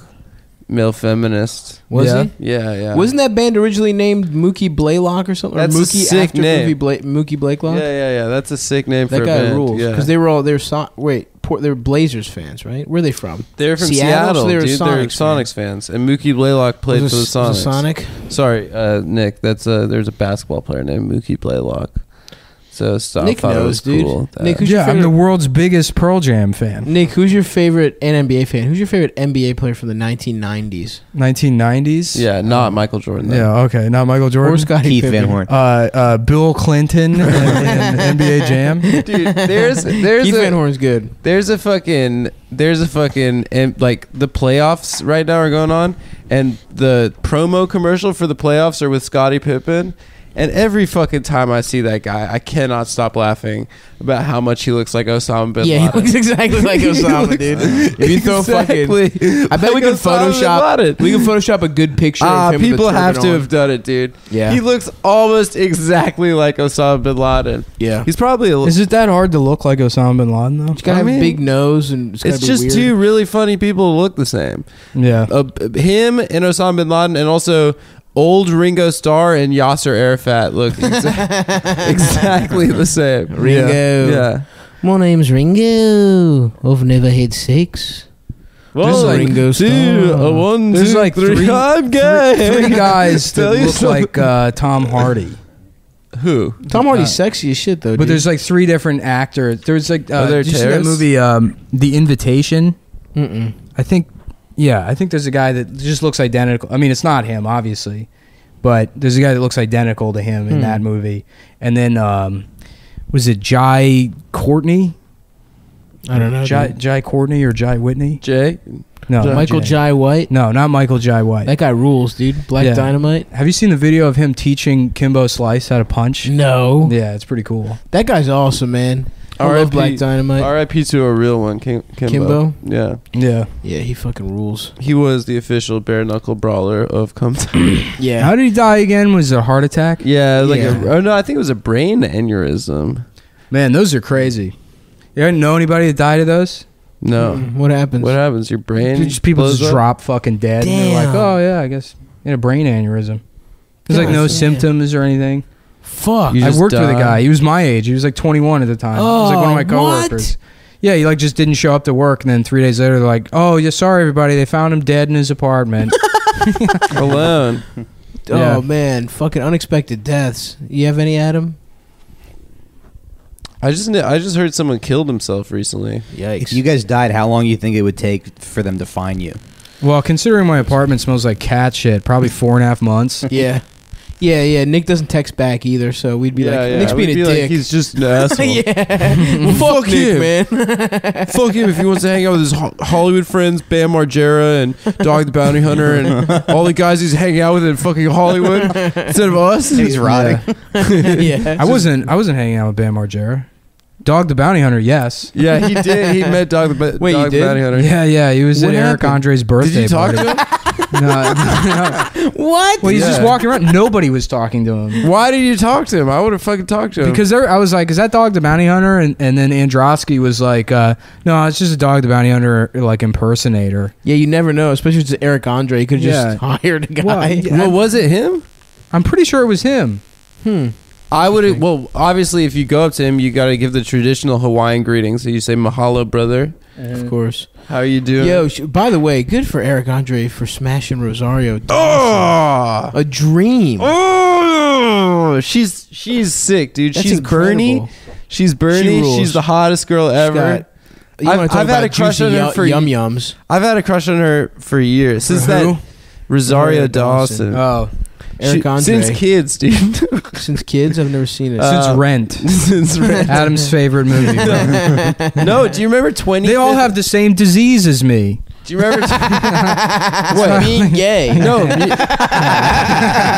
male feminist.
Was
Yeah.
he?
Yeah, yeah.
Wasn't that band originally named Mookie Blaylock or something?
That's
or
a
Mookie
sick
after
name.
Mookie, Bla- Mookie Blakelock?
Yeah, yeah, yeah. That's a sick name for
That
a
guy
band.
rules
Yeah.
because they were all they were so- wait Port, they were Blazers fans right? Where are they from?
They're from
Seattle,
Seattle,
so they were
dude. they're
Sonics
Sonics fans, and Mookie Blaylock played
Was
for the
it-
Sonics.
was it Sonic.
Sorry, uh, Nick. That's a there's a basketball player named Mookie Blaylock. So stop.
Nick
thought
knows,
it was
dude.
cool that-
Nick, who's your
Yeah, I'm the
favorite-
world's biggest Pearl Jam fan.
Nick, who's your favorite and NBA fan? Who's your favorite NBA player from the 1990s?
1990s.
yeah, not Michael Jordan. though.
Yeah. Okay. Not Michael
Or
Jordan.
Scottie
Keith
Pippen?
Van Horn.
uh, uh, Bill Clinton
[laughs]
and, and NBA Jam.
dude. There's there's
Keith
a,
Van Horn's good.
There's a fucking there's a fucking and like the playoffs right now are going on and the promo commercial for the playoffs are with Scottie Pippen and every fucking time I see that guy I cannot stop laughing about how much he looks like Osama bin
Yeah, he
Laden.
looks exactly like
He
Osama,
looks-
dude. If you throw [laughs]
[laughs] Exactly.
fucking, I bet we
Like
can
Osama bin Laden.
Photoshop. We can Photoshop a good picture.
Ah,
of him with the
people have to
turban on.
have done it, dude.
Yeah.
He looks almost exactly like Osama bin Laden.
Yeah,
He's probably a,
Is it that hard to look like Osama bin Laden though?
he's got to
I
have a
mean,
big nose and it's,
it's just two really funny people who look the same.
Yeah.
uh, him and Osama bin Laden, and also old Ringo Starr and Yasser Arafat look
[laughs]
exa- exactly the same.
Ringo.
Yeah. yeah.
My name's Ringo. I've never had sex.
There's
One,
like-
Ringo
two,
Starr.
a one,
There's
two,
like
three.
three-
I'm gay. [laughs]
Three guys that
Tell you
look
something.
like uh, Tom Hardy.
Who?
Tom Hardy's
Uh,
sexy as shit though.
But
dude.
there's like three different actors. There's like uh,
Are there
did you see that
terrorists?
movie, um, The Invitation.
Mm-mm.
I think, yeah, I think there's a guy that just looks identical. I mean, it's not him, obviously, but there's a guy that looks identical to him in
Hmm.
that movie. And then, um, was it Jai Courtney?
I don't know.
Jai,
dude.
Jai Courtney or Jai Whitney?
Jay?
No, not
Michael
Jai.
Jai White.
No, not Michael Jai White.
That guy rules, dude. Black
Yeah.
Dynamite.
Have you seen the video of him teaching Kimbo Slice how to punch?
No,
Yeah, it's pretty cool.
that guy's awesome, man. I love
R.I.P.
Black Dynamite.
R.I.P. to a real one, Kim- Kimbo.
Kimbo?
Yeah.
Yeah.
Yeah, he fucking rules.
He was the official bare knuckle brawler of Compton.
Yeah,
How did he die again? Was it a heart attack?
[laughs] yeah, like
Yeah.
A, oh no, I think it was a brain aneurysm.
Man, those are crazy. You ever know anybody that died of those?
No.
Mm, What happens?
What happens? Your brain
Dude, just people
blows
just
up?
drop fucking dead. And they're like,
Damn.
oh yeah, I guess in a brain aneurysm. There's like
Yeah,
no
yeah.
symptoms or anything.
Fuck.
You
I
just
worked with
die.
a guy. He was my age. He was like 21 at the time. he was like one of
Oh,
my
what?
coworkers. Yeah, he like just didn't show up to work, and then three days later, they're like, "Oh, yeah, sorry everybody, they found him dead in
[laughs]
his apartment."
[laughs] alone.
Yeah.
Oh man, fucking unexpected deaths. You have any, Adam?
I just kn- I just heard someone killed himself recently.
Yikes.
If you guys died, how long you think it would take for them to find you?
well, considering my apartment smells like cat shit, probably four and a half months.
[laughs]
yeah, yeah, yeah. Nick doesn't text back either, so we'd be like, Nick's
We'd
being
be
a
like,
dick. [laughs]
He's just an
[laughs]
asshole.
yeah. Fuck,
Fuck
Nick,
you.
man.
Fuck him if he wants to hang out with his Ho- Hollywood friends, Bam Margera and Dog the Bounty Hunter
[laughs]
and all the guys he's hanging out with in fucking Hollywood instead
[laughs]
of us.
He's rotting.
Yeah.
yeah.
I wasn't. I wasn't hanging out with Bam Margera. Dog the Bounty Hunter. Yes.
Yeah, he did. He met Dog the, Ba-
Wait, you
Dog the
did?
Bounty Hunter.
Yeah, yeah. He was
What
at Eric
happened?
Andre's
Did
birthday.
you talk
party.
to him?
[laughs] No, no.
[laughs]
What?
Well, he's just
Yeah.
walking around. Nobody was talking to
[laughs]
him.
Why did you talk to him? I would have fucking talked to him.
Because there, I was like, "Is that dog the bounty hunter?" And, and then Androsky was like, uh, "No, it's just a dog the bounty hunter like
[laughs]
impersonator."
Yeah, you never know, especially if it's Eric Andre. You could just hired a guy.
Well, yeah.
well, was it him?
I'm pretty sure it was him.
Hmm.
I would have. Well, obviously, if you go up to him, you got to give the traditional Hawaiian greeting. So you say "Mahalo, brother.
Of course.
How you doing?"
Yo, sh- by the way, good for Eric Andre for smashing Rosario.
Oh,
A dream.
Oh, she's she's sick, dude.
That's
she's Bernie.
incredible.
She's Bernie.
She rules.
she's the hottest girl
She's
ever.
got- You
I've-
want to talk
I've had
about
a crush
juicy
on her
yu-
for
yum yums?
I've had a crush on her for years since
For who?
that Rosario Dawson.
Oh,
She-
Uh, Eric Andre.
Since kids, dude.
[laughs] Since kids, I've never seen it. [laughs]
Uh,
since Rent,
[laughs] since Red-
Adam's favorite
[laughs]
movie.
no, do you remember twenty?
they all have the same disease as me.
Do you
[laughs]
remember? T-
[laughs]
what? Being gay.
no. me-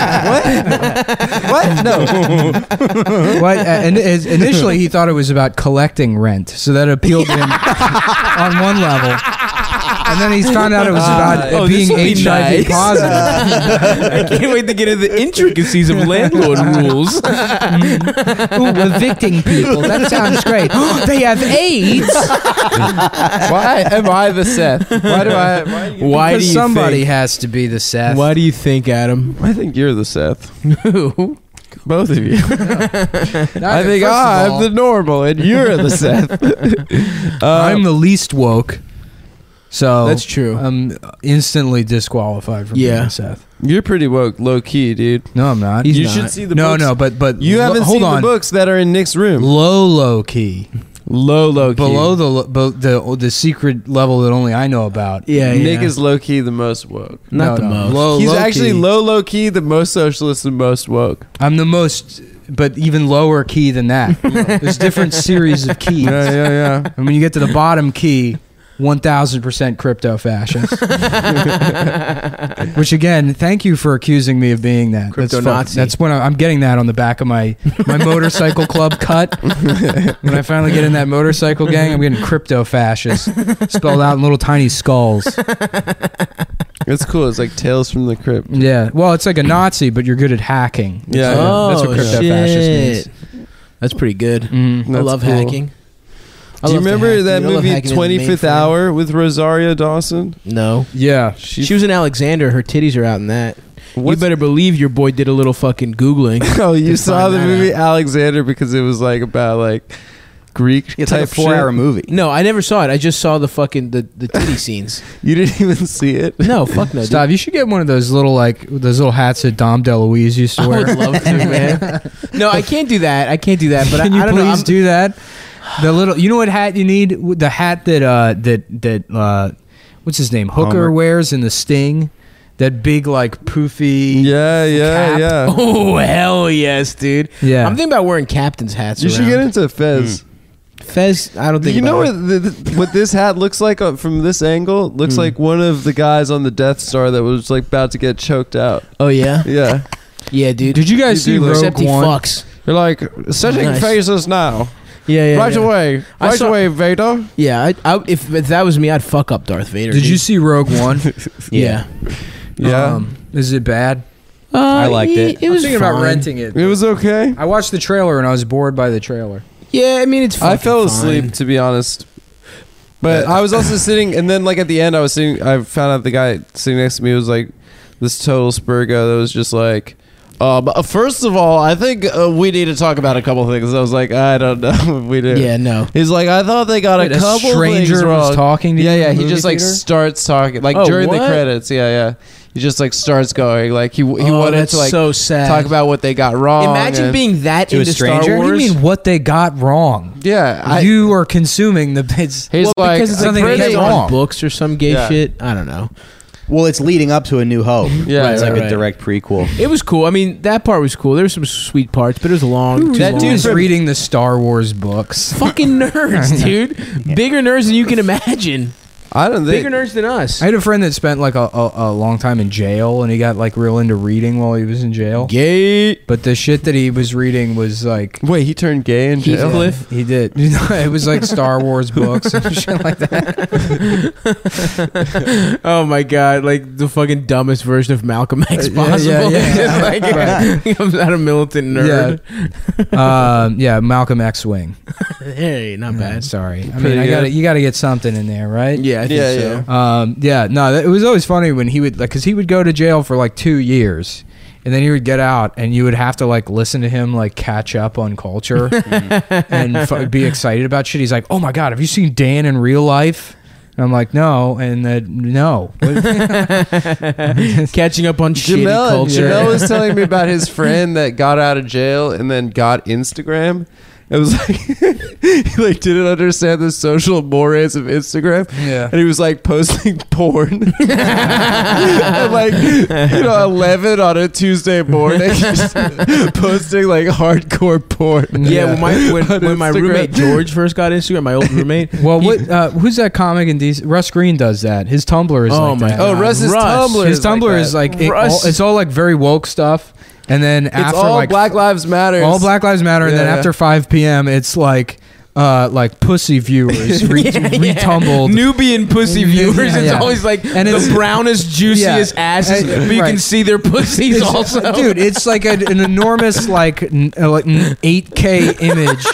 what? What?
[laughs]
No.
[laughs] What? And and initially, he thought it was about collecting rent, so that appealed
[laughs]
to him on one level. And then he found out it was
Ah.
about
Oh,
being
this will be
HIV
nice.
[laughs]
positive.
I can't wait to get into the intricacies of landlord rules.
[laughs] Ooh, evicting people. That sounds great. [gasps] they have AIDS.
Why am I the Seth? Why do I? Why do you-
Why do
Because
you
somebody
think?
has to be the Seth.
Why do you think, Adam?
I think you're the Seth. Both of you. I think
first of
I'm
all,
[laughs] the normal and you're the Seth.
I'm the least woke. So
Oh.
Oh.
That's true.
[laughs]
I'm instantly disqualified from
Yeah.
being Seth.
You're pretty woke, low key, dude.
No, I'm not.
He's
you
not.
should see the
no,
books.
no, but but
You
lo-
haven't
hold
seen
on.
the books that are in Nick's room.
Low, low key,
Low, low key.
below the, lo- bo- the the secret level that only I know about.
Yeah, yeah.
Nick is low key the most woke.
not the most.
Low,
He's
low
actually
key.
low, low key the most socialist and most woke.
I'm the most, but even lower key than
[laughs]
that. There's different series of keys.
yeah, yeah.
And when you get to the bottom key, 1000% crypto fascist. Which again, thank you for accusing me of being that. That's
Crypto
fuck-
Nazi.
That's when I, I'm getting that on the back of my my motorcycle club
[laughs]
cut. when I finally get in that motorcycle gang, I'm getting crypto fascist spelled out in little tiny skulls.
It's cool. It's like Tales from the Crypt.
Yeah. Well, it's like a Nazi, but you're good at hacking.
Yeah,
So
oh,
that's what crypto fascist
shit. That's pretty good.
means. Mm.
I
That's
love
cool.
hacking. I
Do you
love to
remember
hack,
that
dude. I love
movie
hacking in the
25th
mainframe.
Hour with Rosario Dawson?
No.
Yeah.
She, was in Alexander. Her titties are out in that.
What's-
you better believe your boy did a little fucking Googling.
[laughs] Oh, you
to
saw
find
the
that
movie Alexander because it was like about like Greek
[laughs] It's
type
like a four-hour
shit.
movie.
No, I never saw it. I just saw the fucking the, the
[laughs]
titty scenes.
You didn't [laughs] even see it.
No, fuck no. dude.
Stop. You should get one of those little like those little hats that Dom DeLuise used
I
to wear.
would love to, man. No, I can't do that. I can't do that. But
Can
I,
you
I don't
please
know. I'm-
do that? The little, you know what hat you need? The hat that uh, that that uh, what's his name? Hooker
Homer.
wears in the Sting. That big like poofy.
Yeah, yeah,
[laughs]
Cap.
yeah.
Oh hell yes, dude.
Yeah.
I'm thinking about wearing captain's hats.
You should get
around.
into Fez.
Fez. I don't think
You know
about
what,
it.
the, the- what this hat looks like uh, from this angle? It Looks like one of the guys on the Death Star that was like about to get choked out.
Oh yeah,
Yeah,
yeah, dude.
Did you guys see
You do
Rogue
look-
Except he
One?
fucks.
you're like setting
Nice.
phases now,
Yeah, yeah.
right
yeah.
away,
I
right
saw-
away, Vader.
Yeah, I, I, if, if that was me, I'd fuck up Darth Vader.
Did
dude.
you see Rogue One? Um,
Yeah,
[laughs] Yeah,
is it bad?
Uh,
I liked it.
It was
I'm thinking about
fine.
renting it.
it was okay.
I watched the trailer and I was bored by the trailer.
Yeah, I mean it's.
I
fucking
fell
fine.
asleep to be honest. But I was
[laughs]
also sitting, and then like at the end, I was sitting. I found out the guy sitting next to me was like this total spurgo that was just like. Um, uh, first of all, I think uh, we need to talk about a couple things. I was like, I don't know [laughs] if we do.
Yeah, no.
He's like, I thought they got
Wait,
a couple
stranger
things
was
wrong.
talking to
yeah,
you in
yeah.
the
He
movie
just like
theater?
starts talking, like
Oh,
during the
what?
credits. Yeah, yeah. He just like starts going, like he he
oh,
wanted
that's
to like
so sad.
talk about what they got wrong.
Imagine
and-
being that
To a
into Star
stranger?
Wars.
What do you mean? What they got wrong?
yeah. I,
you are consuming the bits.
he's
Well,
like
because it's
I
like
think
based
they-
on
wrong.
books or some gay
Yeah.
shit. I don't know.
Well, it's leading up to A New Hope.
Yeah,
it's
right,
like
right.
a direct prequel.
It was cool. I mean, that part was cool. There were some sweet parts, but it was long. too
That
long.
dude's reading the Star Wars books.
[laughs] fucking
[laughs]
nerds, dude. Bigger nerds than you can imagine.
I don't think
Bigger nerds than us.
I had a friend that spent like a, a, a long time in jail, and he got like real into reading while he was in jail.
Gay.
But the shit that he was reading was like
Wait, he turned gay in
Heathcliff.
jail.
he did. [laughs] You know, it was like Star Wars books and [laughs] shit like that.
Oh my god, like the fucking dumbest version of Malcolm X
Uh, [laughs] yeah,
possible.
yeah, yeah.
Just [laughs] like
[laughs] Right.
comes out a militant nerd.
Yeah, um, yeah Malcolm X wing.
[laughs] Hey, not bad.
Sorry, I mean,
Pretty
I
good.
got to you got to get something in there, right?
Yeah, I think
Yeah,
so.
Um, yeah, no, that, it was always funny when he would like, cause he would go to jail for like two years, and then he would get out, and you would have to like listen to him like catch up on culture and f- be excited about shit. He's like, "Oh my god, have you seen Dan in real life?" And I'm like, "No," and that no, [laughs]
Catching up on shitty
Jamel,
culture.
[laughs] Jamel was telling me about his friend that got out of jail and then got Instagram. It was like [laughs] he like didn't understand the social mores of Instagram,
yeah,
and he was like posting [laughs] porn, At, like you know, eleven on a Tuesday morning, [laughs] just posting like hardcore porn.
[laughs] yeah,
[laughs]
when my when,
On
when my
Instagram.
roommate George first got Instagram, my old
[laughs]
roommate.
Well, what? Uh, who's that comic in DC? Russ Green does that. His Tumblr is
Oh
like
my
that.
oh, Russ's
Russ.
Tumblr.
his Tumblr
like
is
that.
like it all,
Russ-
it's all like very woke stuff, and then
it's
after
all
like
Black Lives Matter.
All Black Lives Matter, and then
Yeah.
after 5 p.m., it's like uh, like
[laughs]
pussy viewers re- retumbled.
Nubian pussy
Yeah,
viewers. it's
yeah.
always like
And
the
it's-
brownest, juiciest
Yeah.
asses,
And-
but you can
right.
see their pussies
It's-
also.
dude, it's like a, an enormous like n- uh, like n- 8K image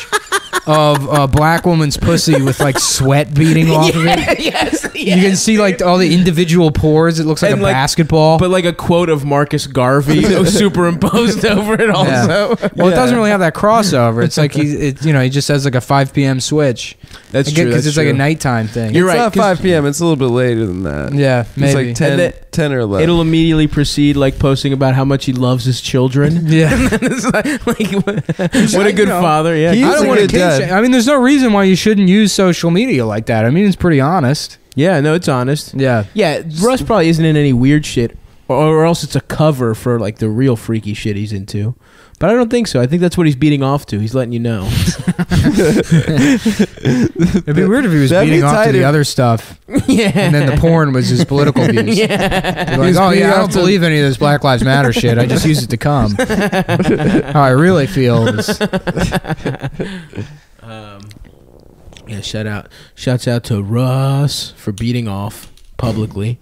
of a black woman's pussy with like sweat beating off of
[laughs]
it.
yes,
You can see like all the individual pores. It looks like
And,
a
like-
basketball.
but like a quote of Marcus Garvey
[laughs]
superimposed over it also.
well, it doesn't really have that crossover. It's like
[laughs]
he, it, you know, he just has like a 5 p.m. switch.
That's true.
Because
That's
it's
true.
like a nighttime thing.
You're
it's
right,
not
'cause-
5 p.m. It's a little bit later than that.
yeah,
It's
maybe.
like 10,
And that-
10 or 11.
It'll immediately precede like posting about how much he loves his children.
[laughs] yeah.
[laughs] It's like, like, what a good
know.
father! Yeah,
He
I
is
don't
a
want to
good dad.
kid shame. I mean, there's no reason why you shouldn't use social media like that. I mean, it's pretty honest.
yeah. No, it's honest.
Yeah.
Yeah, Russ probably isn't in any weird shit, or, or else it's a cover for like the real freaky shit he's into. But I don't think so. I think that's what he's beating off to. He's letting you know.
It'd be weird if he was
That'd be
beating off to the
tighter.
other
[laughs]
stuff,
yeah,
and then the porn was his
[laughs]
political views. You're like,
He's
oh
beating
yeah, I
off
don't
to-
believe any of this Black Lives Matter shit. I just use it to
[laughs]
come. How I really feel. Is,
Um, yeah, shout out, shouts out to Russ for beating off
[laughs]
publicly.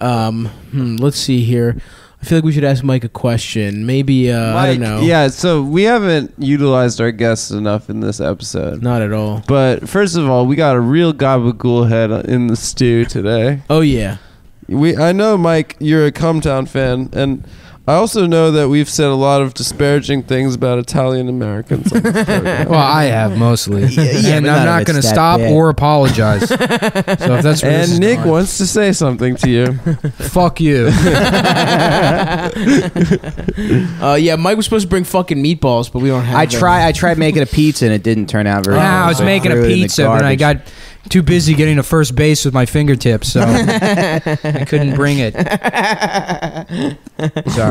um, hmm, let's see here. I feel like we should ask Mike a question. Maybe uh, I don't
Mike,
know.
Yeah, so we haven't utilized our guests enough in this episode.
not at all.
But first of all, we got a real gabagool head in the stew today.
Oh yeah,
We I know Mike, you're a Cumtown fan, and I also know that we've said a lot of disparaging things about
[laughs]
Italian Americans. on this program.
well, I have mostly,
yeah,
and
but
I'm
none of
not
it's
going to
that
stop
bad.
or apologize. so if that's where this
and
is
Nick
going,
wants to say something to you.
fuck
[laughs]
[laughs]
you.
uh, yeah. Mike was supposed to bring fucking meatballs, but we don't have.
I
them.
try. I tried making a pizza and it didn't turn out very. well,
Yeah, Oh, Ah, I was
so
making a
threw it in the
pizza, but I
garbage.
got too busy getting to first base with my fingertips,
[laughs]
so I
[laughs]
couldn't bring it.
[laughs]
Sorry.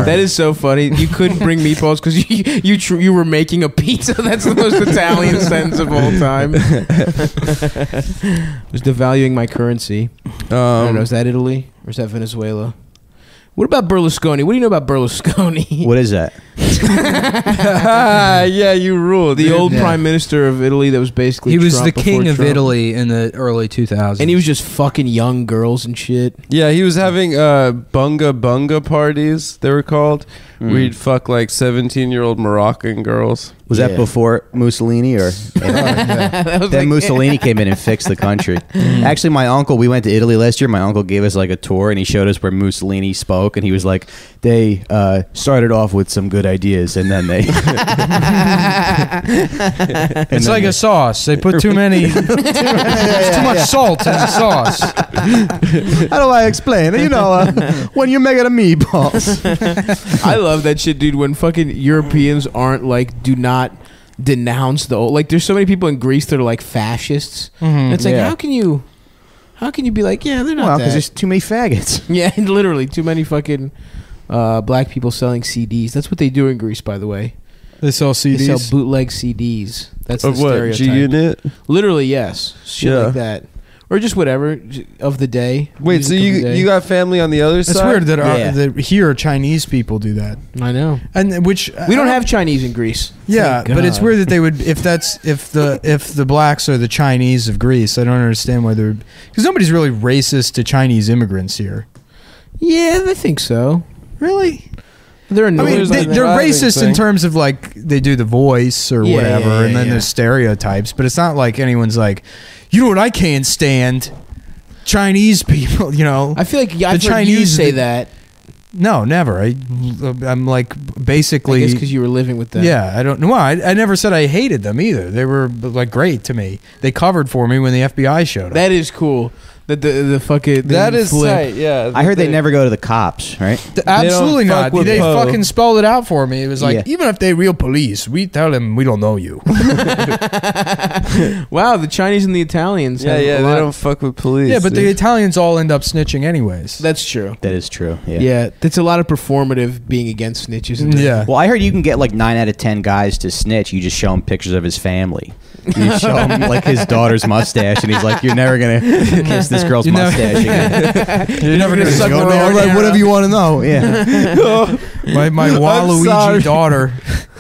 That is so funny. You couldn't bring meatballs because you you tr- you were making a pizza. [laughs] That's the most Italian sentence of all [laughs] time. was devaluing my currency. [laughs] I don't know.
Um,
Is that Italy or is that Venezuela? What about Berlusconi? What do you know about Berlusconi?
What is that?
[laughs]
yeah, you ruled.
the old
Yeah.
prime minister of Italy that was basically
he was
Trump
the king
before
of
Trump.
Italy in the early 2000s.
and he was just fucking young girls and shit.
Yeah, he was having uh, bunga bunga parties. They were called.
Mm.
We'd fuck like seventeen-year-old Moroccan girls.
Was
Yeah.
that before Mussolini
[laughs]
or?
[laughs] That was
then
[laughs] like-
Mussolini came in and fixed the country.
Mm.
Actually, my uncle, we went to Italy last year. My uncle gave us like a tour and he showed us where Mussolini spoke. And he was like, they uh, started off with some good ideas and then
[laughs]
they.
it's like a sauce. They put
[laughs]
too many, it's too much salt in the sauce.
How do I explain? You know,
[laughs]
uh, when you're making a meatballs.
I love that shit, dude. When fucking Europeans aren't like, do not denounce the old. Like, there's so many people in Greece that are like fascists.
Mm,
And it's like,
Yeah.
how can you, how can you be like, yeah, they're not
Well,
that.
because there's too many faggots.
[laughs] yeah, and literally too many fucking uh, black people selling CDs. That's what they do in Greece, by the way.
They sell
They sell bootleg CDs. That's
Of
the
what? G
stereotype.
Unit.
literally, yes, shit
Yeah.
like that, or just whatever j- of the day.
Wait,
music of
so
the
you
day.
you got family on the other
It's
side?
weird that, our,
Yeah.
that here Chinese people do that,
I know.
and which
We don't have Chinese in Greece.
Yeah,
Thank
but it's
God.
weird that they would if that's if the if the blacks are the Chinese of Greece. I don't understand why they're because nobody's really racist to Chinese immigrants here.
Yeah, I think so.
Really?
They're
I
annoying.
mean,
there's
they,
nothing
they're
wrong with
racist
thing.
in terms of like they do the voice or
Yeah,
whatever,
yeah, yeah,
and then
yeah.
there's stereotypes. But it's not like anyone's like, you know what I can't stand. Chinese people, [laughs] you know,
I feel like yeah,
The
I've heard you
Chinese-
say that.
no, never. I, I'm like
I
basically
guess because you were living with them.
Yeah, I don't know. Well, I, I never said I hated them either. They were like great to me. They covered for me when the FBI showed up.
that is cool. That the the fucking
That is
flip.
tight. Yeah.
I heard they never go to the cops, right?
Absolutely
don't fuck
not.
with
They
Poe.
fucking spelled it out for me. It was like,
Yeah.
even if they real police, we tell them we don't know you.
[laughs]
wow, the Chinese and the Italians.
Yeah,
have
yeah.
a
They
lot-
don't fuck with police.
[laughs] yeah, but the
dude.
Italians all end up snitching anyways.
That's true.
That is true.
Yeah. that's a lot of performative being against snitches. And
Yeah.
Well, I heard you can get like nine out of ten guys to snitch. You just show them pictures of his family. You show him like his daughter's mustache, and he's like, "You're never gonna kiss this girl's
You never-
mustache
[laughs]
[laughs]
again."
You're never
gonna suck
go,
my
"No,
own
all right,
hair
whatever
up."
you want to know.
Yeah,
My, my
sorry.
Waluigi daughter.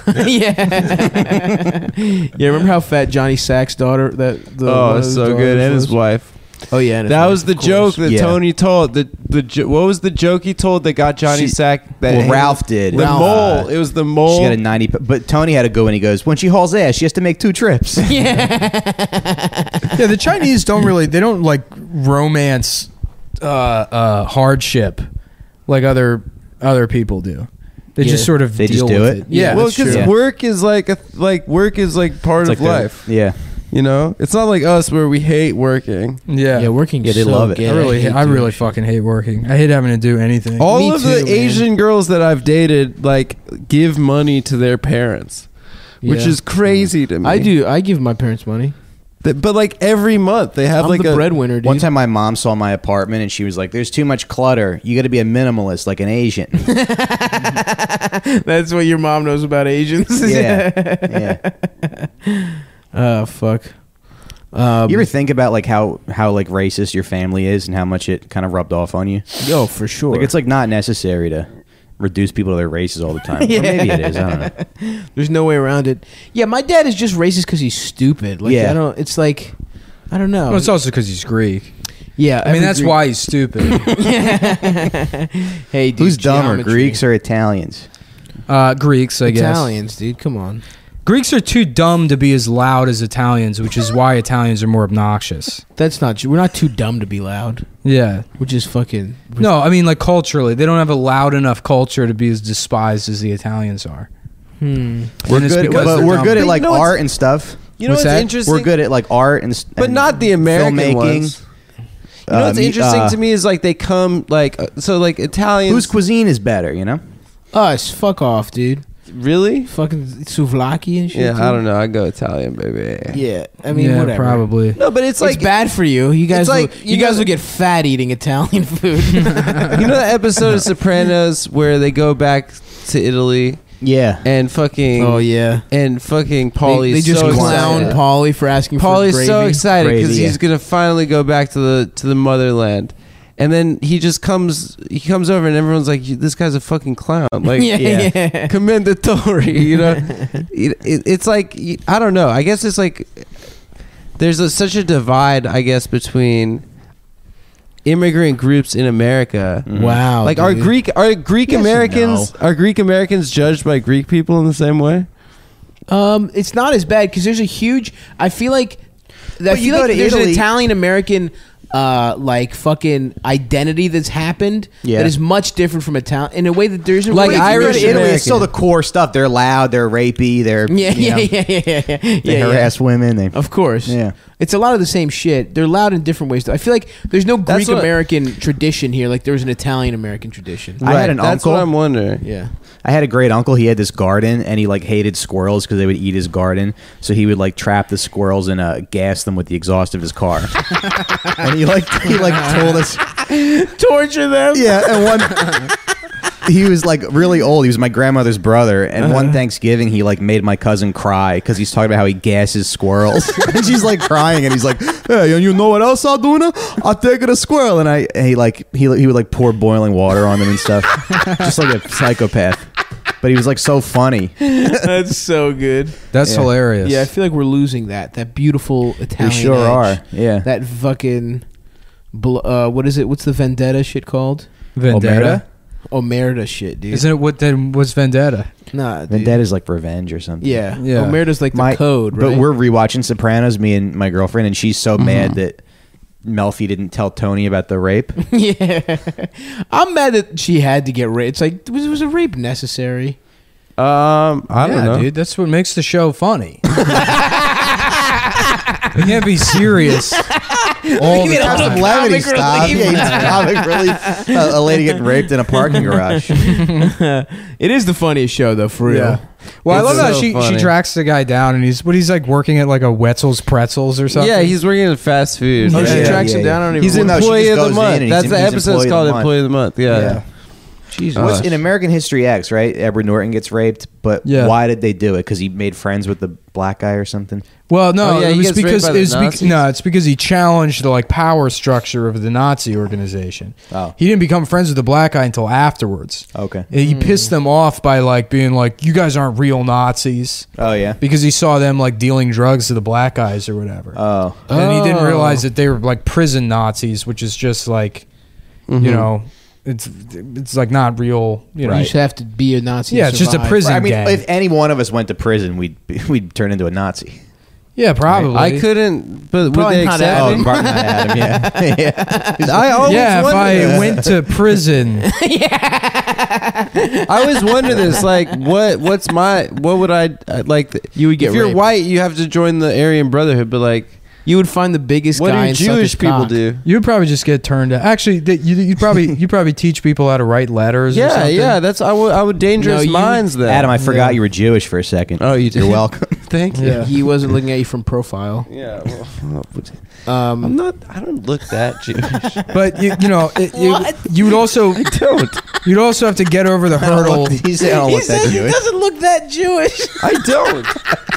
[laughs] yeah. yeah. Remember how fat Johnny Sack's daughter that? The,
Oh,
one of
it's
his
Oh, so
daughters
good. And
was?
his wife.
Oh yeah, and it's
That
like,
was the
of
joke
[laughs] course.
that
Yeah.
Tony told. The the jo- what was the joke he told that got Johnny
She-
sacked? That
well, Ralph did.
The
Ralph,
mole.
uh,
it was the
She
mole.
got a 90, p- but Tony had to go and he goes, when she hauls ass, she has to make two trips.
yeah, the Chinese don't really they don't like romance uh, uh, hardship like other other people do. They just
Yeah.
sort of
They just
deal
do
with
it?
it. Yeah,
well,
that's true.
because
Yeah.
work is like a like work is like part
It's like
of
the-
life.
yeah.
You know, it's not like us where we hate working.
yeah.
yeah, working.
Yeah, they
so
love it.
gay.
I really,
hate
I
doing
really
shit.
fucking hate working. I hate having to do anything.
All
Me
of
too,
the
man.
Asian girls that I've dated like give money to their parents, which
Yeah.
is crazy to me.
I do. I give my parents money.
Th- but like every month they have
I'm
like
the
a
breadwinner, dude.
One time my mom saw my apartment and she was like, there's too much clutter. You got to be a minimalist like an Asian.
[laughs] That's what your mom knows about Asians. [laughs]
Yeah. yeah.
Oh fuck. Um,
You ever think about like how, how like racist your family is and how much it kind of rubbed off on you?
yo for sure.
Like it's like not necessary to reduce people to their races all the time.
Yeah.
Or maybe it is. I don't know.
There's no way around it. Yeah, my dad is just racist because he's stupid. Like
Yeah.
I don't. It's like I don't know.
Well, it's also because he's Greek.
yeah,
I mean, that's why he's stupid.
[laughs] hey, dude,
Who's dumber,
geometry.
Greeks or Italians?
Uh, Greeks, I guess.
Italians, dude? Come on.
Greeks are too dumb to be as loud as Italians, which is why Italians are more obnoxious.
That's not. We're not too dumb to be loud.
Yeah.
We're just fucking.
No, I mean, like culturally, they don't have a loud enough culture to be as despised as the Italians are.
Hmm.
We're
Good, but we're good at like
No, it's-
art and stuff.
You know
What's
what's,
that?
interesting?
We're good at like art and, s-
but
and
not the American
filmmaking.
ones. You know
Uh,
what's
me-
interesting
uh,
to me is like they come like uh, so like Italians.
Whose cuisine is better? You know,
Us. Fuck off, dude.
really?
Fucking souvlaki and shit.
Yeah,
dude.
I don't know. I go Italian, baby.
Yeah, I mean,
yeah,
whatever.
probably.
No, but
It's,
it's like
bad for you. You guys,
it's like,
will, you,
you
guys
know-
will get fat eating Italian food.
[laughs]
[laughs]
you know that episode of Sopranos where they go back to Italy
yeah.
and fucking
oh yeah,
and fucking
they,
Paulie's
they just
so
clown
excited.
Paulie for asking.
Paulie's
for gravy.
so excited because
Gravy,
he's
yeah.
gonna finally go back to the to the motherland. And then he just comes he comes over and everyone's like this guy's a fucking clown. Like
yeah,
yeah.
yeah.
[laughs] commendatory you
[laughs]
know it, it, it's like i don't know i guess it's like there's a, such a divide i guess between immigrant groups in america
Mm-hmm.
Wow,
like are
dude.
greek are greek
Yes and
americans are greek americans judged by greek people in the same way
Um, it's not as bad because there's a huge. I feel like I
But you
feel
go
like
to
there's an
Italy-
Italian American. Uh, like fucking identity that's happened
Yeah.
that is much different from Italian in a way that there isn't
Like
really a
Irish
community.
Italy,
American.
it's still the core stuff. They're loud. They're rapey. They're
[laughs] Yeah,
you
yeah,
know,
yeah, yeah, yeah, yeah, yeah.
They
yeah.
harass women. They
Of course,
yeah.
It's a lot of the same shit. They're loud in different ways. though. I feel like there's no
That's
Greek
what-
American tradition here. Like there's an Italian American tradition.
I had an
that's
uncle-
what i'm wondering
Yeah. [laughs]
I had a great uncle. He had this garden, and he like hated squirrels because they would eat his garden. So he would like trap the squirrels and uh, gas them with the exhaust of his car. [laughs] and he like he like told us
Torture them.
Yeah, and one. He was like really old. He was my grandmother's brother, and one Thanksgiving he like made my cousin cry because he's talking about how he gasses squirrels, [laughs] and she's like crying, and he's like, "Hey, and you know what else I'll do now? I'll take it a squirrel." And I, and he like he he would like pour boiling water on them and stuff, just like a psychopath. But he was like so funny.
That's so good.
That's
Yeah.
hilarious.
Yeah, I feel like we're losing that. That beautiful Italian.
we sure
edge.
are. Yeah.
[laughs] That fucking. Bl- uh, what is it? What's the vendetta shit called?
Vendetta.
Omerta shit, dude.
Isn't it what then was vendetta?
nah, dude.
Vendetta is like revenge or something.
Yeah.
Yeah.
Omerta's like the
My-
code, right?
But we're rewatching Sopranos, me and my girlfriend, and she's so mad that Melfi didn't tell Tony about
[laughs]
the rape.
[laughs] yeah. I'm mad that she had to get raped. It's like was was a rape necessary?
um i don't
yeah,
know
dude. That's what makes the show [laughs] funny. you can't be [laughs] serious. all the
Have some
time.
levity,
Comic
stop.
relief. [laughs]
Yeah, you comic relief. A, a lady getting raped in a parking garage.
it is the funniest show though, for real.
Yeah. Well, I
It's
love how
so
she, she
funny.
tracks the guy down and he's what he's like working at like a Wetzel's Pretzels or something.
yeah he's working at fast food
Oh, she
Yeah,
tracks
yeah,
him
yeah.
down. I don't even.
he's
No, she
employee
just
of the
goes in and
month
he's-
that's the
he's
episode's
employee of the
called
month.
employee of the month yeah.
Uh-huh.
Jesus.
What's in American History X, right? Edward Norton gets raped, but
Yeah.
why did they do it? Because he made friends with the black guy or something.
Well, no,
Oh, yeah,
it
he
was
gets raped
because
by
it
the
was bec-
Nazis?
no, it's because he challenged the like power structure of the Nazi organization.
Oh.
he didn't become friends with the black guy until afterwards.
Okay.
And he pissed them off by like being like, "You guys aren't real Nazis,"
Oh yeah.
because he saw them like dealing drugs to the black guys or whatever.
Oh,
and he didn't
Oh.
realize that they were like prison Nazis, which is just like,
Mm-hmm.
you know, it's it's like not real. You know,
You just have to be a Nazi. to
Yeah, it's just a
survive.
prison-
I mean,
gang.
if any one of us went to prison, we'd be, [laughs] we'd turn into a Nazi.
yeah, probably.
I couldn't, but would
Probably
they
not
accept
Adam.
me?
Oh, Barton and Adam, yeah. [laughs]
I always
Yeah, if
wondered
I
that.
went to [laughs] prison,
I always wonder this, like, what, what's my, what would I uh, like? th-
You would get
if you're
raped.
white, you have to join the Aryan Brotherhood, but like,
You would find the biggest
what
guy
do
and suck his
Jewish people
cock.
do?
you'd probably just get turned out. Actually, th- you, you'd probably you probably teach people how to write letters. or
Yeah,
something.
yeah, that's I would I would dangerous
No, you-
minds that
Adam, I forgot you were Jewish for a second.
Oh, you did.
You're welcome.
Thank you.
Yeah.
He wasn't looking at you from profile.
[laughs] Yeah, well, [laughs] I'm
Um,
not. I don't look that Jewish.
[laughs]
But you, you know, it, you, you would also you'd also have to get over the hurdle.
[laughs] he said, I don't look that Jewish.
doesn't look that Jewish.
I don't.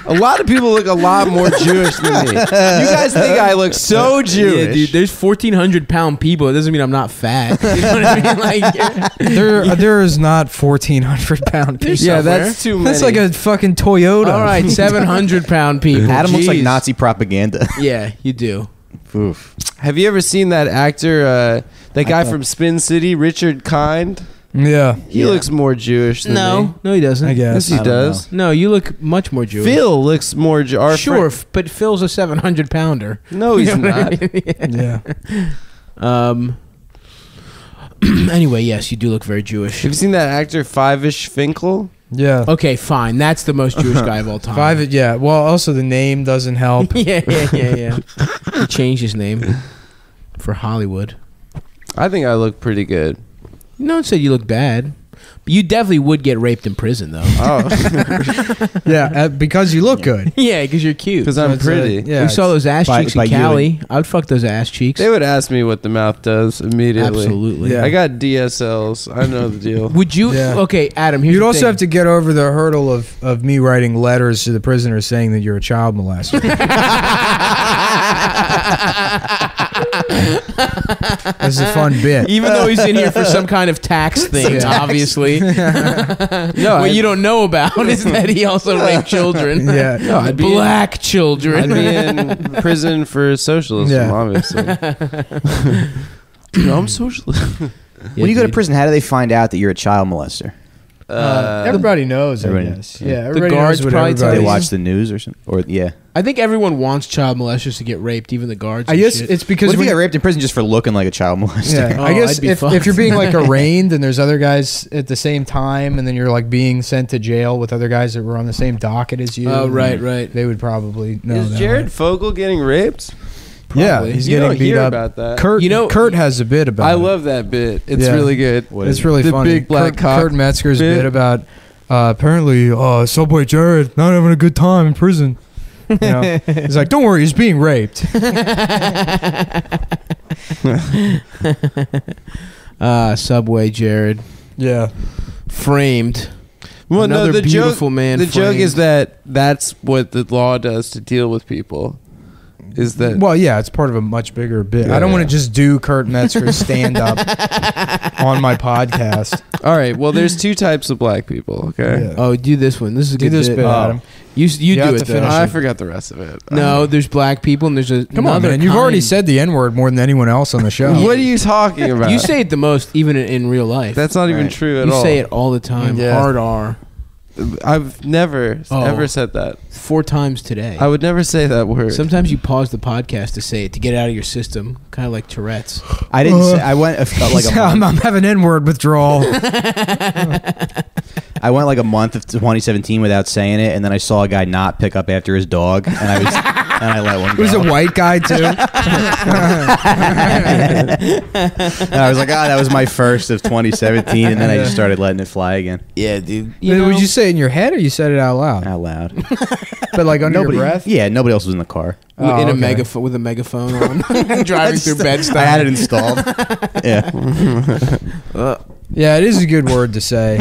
A lot of people look a lot more Jewish than me. You guys think I look so Jewish?
Yeah, dude. There's 1,400 pound people. It doesn't mean I'm not fat. [laughs] You know what I mean? Like,
There there is not fourteen hundred pound people.
Yeah, that's too many.
That's like a fucking Toyota.
all right, 700 pound
[laughs]
people.
Adam looks like
Jeez.
Nazi propaganda. [laughs]
Yeah, you do.
Oof.
Have you ever seen that actor, uh, that guy from Spin City, Richard Kind?
[laughs] Yeah,
He looks more Jewish than me.
No, no, he doesn't.
I guess.
Yes, he
don't
does.
No, you look much more Jewish.
Phil looks more Jew- our
sure,
friend-
f- but Phil's a 700 pounder.
No, he's
You know what I
not.
yeah.
Um. [clears throat] anyway, yes, you do look very Jewish.
Have you seen that actor Five-ish Finkel?
Yeah.
Okay, fine. That's the most Jewish guy of
[laughs]
all time.
Five. Yeah. Well, also the name doesn't help.
[laughs] yeah, yeah, yeah, yeah. he changed his name for Hollywood.
I think I look pretty good.
No one said you look bad. But you definitely would get raped in prison, though.
Oh,
yeah, uh, because you look good.
[laughs] yeah, because you're cute.
because I'm
It's, uh,
pretty.
yeah.
we saw those ass
By-
cheeks
by
in
you
Cali. I would fuck those ass cheeks.
They would ask me what the mouth does immediately.
Absolutely.
Yeah.
I got DSLs. I know the
[laughs]
deal.
Would you?
Yeah.
Okay, Adam. Here's
You'd
the
also
thing.
have to get over the hurdle of, of me writing letters to the prisoner saying that you're a child molester. That's a fun
[laughs]
bit.
Even though he's in here for some kind of tax thing, obviously.
No,
[laughs] what
I-
you don't know about [laughs] is that he also raped children.
Yeah.
No, I'd be in-
Black
I'd
children. [laughs]
be in prison for socialism,
Yeah.
obviously. Dude, I'm socialist.
when you go to prison, how do they find out that you're a child molester?
Uh,
Uh,
everybody knows, I
everybody-
guess.
yeah.
Yeah,
The
everybody
guards
knows what
probably tell
They
everybody
you.
watch the news or something? Or yeah.
I think everyone wants child molesters to get raped, even the guards.
I
and
guess
shit.
it's because
What if you
when-
got raped in prison just for looking like a child molester?
Yeah,
Oh,
I guess
I'd be
if,
fucked.
if you're being like arraigned and there's other guys at the same time, and then you're like being sent to jail with other guys that were on the same docket as you.
Oh, right, right.
They would probably know.
is
that,
Jared
right?
Fogel getting raped?
Yeah,
Probably.
he's
You
getting
don't
beat
hear
up.
about that.
Kurt,
You know-
Kurt has a bit about.
I
it.
love that bit. It's
Yeah.
really good.
It's really
the
funny.
big black
Kurt,
cock
Kurt Metzger's
bit.
bit, about uh, apparently uh, Subway Jared not having a good time in prison. You
[laughs]
know? he's like, don't worry, he's being raped.
[laughs] uh, Subway Jared
Yeah,
framed.
Well, no,
Another
the
beautiful
joke,
man.
The joke
framed.
is that that's what the law does to deal with people. Is that
well, yeah, it's part of a much bigger bit. I don't
Yeah.
want to just do Kurt Metzger's stand up on my podcast.
all right? Well, there's two types of black people. Okay,
Yeah.
Oh, do this one. This is a
Do
good
this bit,
Oh.
Adam.
You s- you,
You have
do it
to
though.
finish
I
it.
forgot the rest of it.
No, there's black people and there's a
Come on,
another
man. You've already
kind.
said the N word more than anyone else on the show. [laughs]
what are you talking about?
You say it the most, even in, in real life.
that's not even
Right.
true at
you
all.
say it all the time.
Yeah.
Hard R.
I've never
Oh.
ever said that.
Four times today.
I would never say that word.
Sometimes you pause the podcast to say it to get it out of your system, kind of like Tourette's.
[laughs] I didn't.
Uh,
say, I went. A,
[laughs]
like a
I'm,
month,
I'm having N word withdrawal.
I went like a month of 2017 without saying it, and then I saw a guy not pick up after his dog, and I was
[laughs]
and I let one
It
go.
was a white guy too. [laughs]
And I was like, ah, that was my first of 2017, and then I just started letting it fly again
Yeah, dude.
Would you say it in your head or you said it out loud?
out loud.
But like under
nobody,
your breath.
yeah, nobody else was in the car.
Oh,
in a
okay.
megaphone with a megaphone [laughs] on, driving through
I
[laughs]
Bed-Stuy.
had it installed. yeah,
Yeah, it is a good word to say.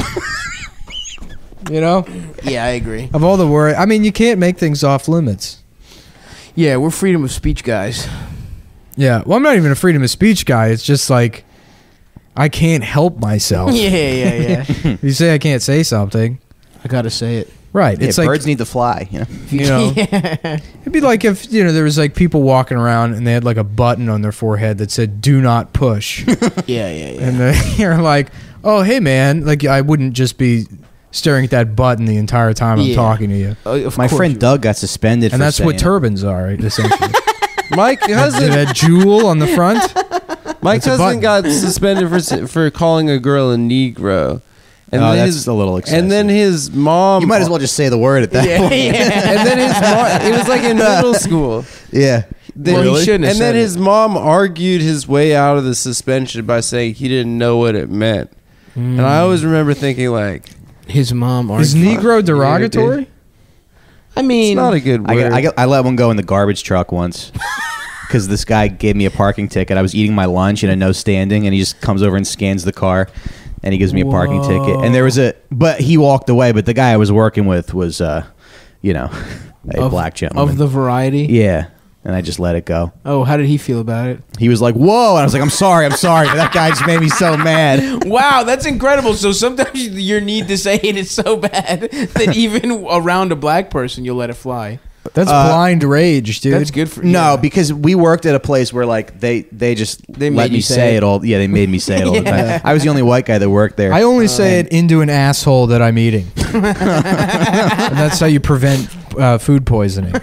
you know,
Yeah, I agree.
of all the word, I mean, you can't make things off limits.
Yeah, we're freedom of speech guys.
Yeah. Well, I'm not even a freedom of speech guy. It's just like I can't help
[laughs]
myself.
Yeah, yeah, yeah.
You say I can't say something,
I gotta say it.
right?
Yeah,
it's like
birds need to fly. You know?
You know.
[laughs] yeah.
it'd be like if you know there was like people walking around and they had like a button on their forehead that said "Do not push,"
yeah, yeah, yeah.
and they- [laughs] you're like, "Oh, hey, man!" Like I wouldn't just be staring at that button the entire time I'm
Yeah.
talking to you.
Oh, of
My
course
friend
you-
Doug got suspended.
And
for
that's what
saying-
turbans are, essentially.
Mike
that,
Cousin,
that jewel on the front.
Mike
It's a
Cousin
button.
got suspended for s- for calling a girl a Negro. And
Oh,
then
that's
his,
a little excessive.
And then his mom.
you might as well just say the word at that
Yeah,
point.
yeah.
[laughs] And then his mom. It
[laughs]
was like in middle school.
Yeah.
Then,
Well, he Really? shouldn't have
And then
said
his mom argued his way out of the suspension by saying he didn't know what it meant. And I
Hmm.
always remember thinking like,
His mom
Is
argued.
Negro derogatory?
I mean,
it's not a good word.
I, got, I, got, I let one go in the garbage truck once [laughs] because this guy gave me a parking ticket. I was eating my lunch in a no standing, and he just comes over and scans the car, and he gives me a parking ticket. And there was a, but he walked away. But the guy I was working with was, uh, you know, [laughs] a black gentleman.
of the variety.
yeah, and I just let it go.
Oh, how did he feel about it?
He was like, "Whoa!" And I was like, "I'm sorry, I'm sorry." But that guy just made me so mad.
[laughs] Wow, that's incredible. So sometimes [laughs] you- your need to say it is so bad [laughs] that even around a black person, you'll let it fly.
That's blind rage, dude.
That's good for
No,
yeah.
because we worked at a place where like they they just
They
let
made
me
you
say,
say
it.
it.
all. Yeah, they made me say it all the [laughs]
Yeah.
time. I was the only white guy that worked there.
I
Oh,
only say it into an asshole that I'm eating.
[laughs]
and that's how you prevent uh, food poisoning.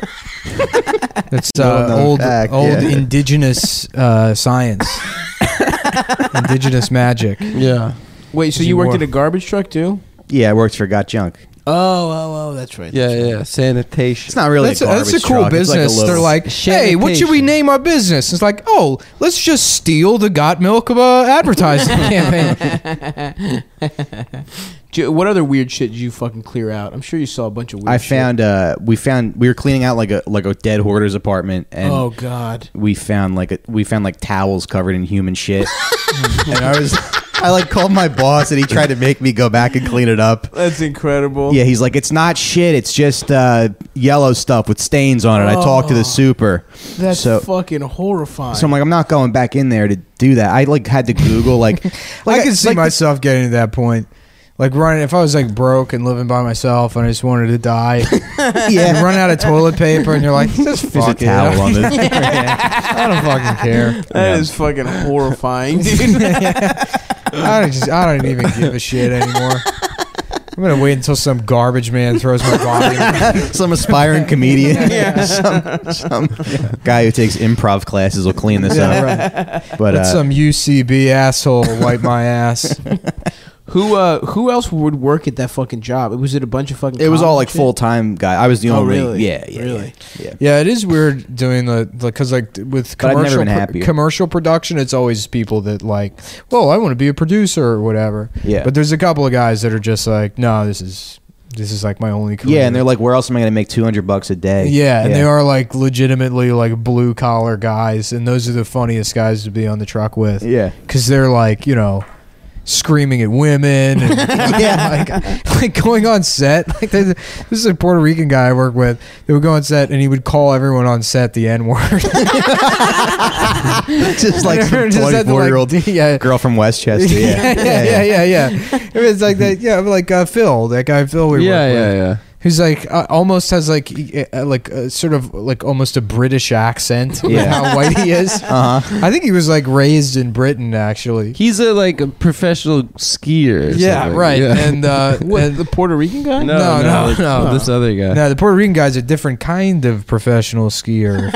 That's uh,
Well-known
old
fact,
old
yeah.
indigenous uh, [laughs] science. indigenous magic.
yeah.
Wait, so
Is
you
it
worked
more-
at a garbage truck too?
yeah, I worked for Got Junk.
Oh, oh, oh, that's right.
Yeah, yeah. Sanitation.
It's not really
That's
a
a,
garbage
that's a cool
truck. It's
business.
Like a
They're
little-
like, hey, what should we
Sanitation.
name our business? It's like, oh, let's just steal the Got Milk uh,
[laughs]
advertising campaign.
Ju- What other weird shit did you fucking clear out? I'm sure you saw a bunch of weird.
I
shit.
found uh, we found we were cleaning out like a like a dead hoarder's apartment, and
oh God.
we found like a, we found like towels covered in
[laughs]
human shit. and I was I like called my boss, and he tried to make me go back and clean it up.
That's incredible.
Yeah, he's like, it's not shit. It's just uh, yellow stuff with stains on it. I talked to
Oh.
the super.
that's
so-
fucking horrifying.
So I'm like, I'm not going back in there to do that. I like had to Google like,
I could see myself getting to that point. Like running, if I was like broke and living by myself and I just wanted to die, you [laughs]
yeah.
run out of toilet paper and you're
[laughs]
like, just
There's a
fuck it.
towel on
[laughs]
it.
I don't fucking care.
that
Yeah.
is fucking
[laughs]
horrifying, dude.
I don't just, I don't even give a shit anymore. I'm gonna wait until some garbage man throws my body. in-
[laughs] some aspiring comedian, some, some guy who takes improv classes will clean this up.
Let
But uh,
some UCB asshole wipe my ass.
who uh who else would work at that fucking job? Was it a bunch of fucking
it was all like
cops and
full time guy. I was the
shit? Oh
only.
really?
Yeah, yeah,
Really?
yeah. yeah.
Yeah, it is weird doing the because like with
But I've never
commercial
been
pro-
happier.
commercial production, it's always people that like, well, I want to be a producer or whatever.
Yeah.
But there's a couple of guys that are just like, no, this is this is like my only career.
Yeah, and they're like, where else am I going to make two hundred bucks a day?
Yeah, and they are like legitimately like blue collar guys, and those are the funniest guys to be on the truck with.
[laughs] Yeah.
because they're like you know screaming at women
[laughs]
and like, like going on set [laughs] like there's- this is a puerto rican guy i work with that would go on set and he would call everyone on set the n-word
just like
[laughs]
some
Just had to,
twenty-four year old
like, yeah
girl from
[laughs]
Westchester.
yeah,
Yeah,
yeah, yeah, yeah, yeah. I mean, it's like that. Yeah, like uh, Phil, that guy Phil we
yeah,
work with.
yeah, yeah.
who's like uh, almost has like e- uh, like uh, sort of like almost a British accent. with
Yeah.
how white he
[laughs]
is.
Uh-huh.
I think he was like raised in Britain actually.
He's a like a professional skier. or
yeah,
something.
right.
Yeah.
And uh, and
The Puerto Rican guy?
no, no,
no,
like,
no.
This other guy.
now the Puerto Rican guy's a different kind of professional skier.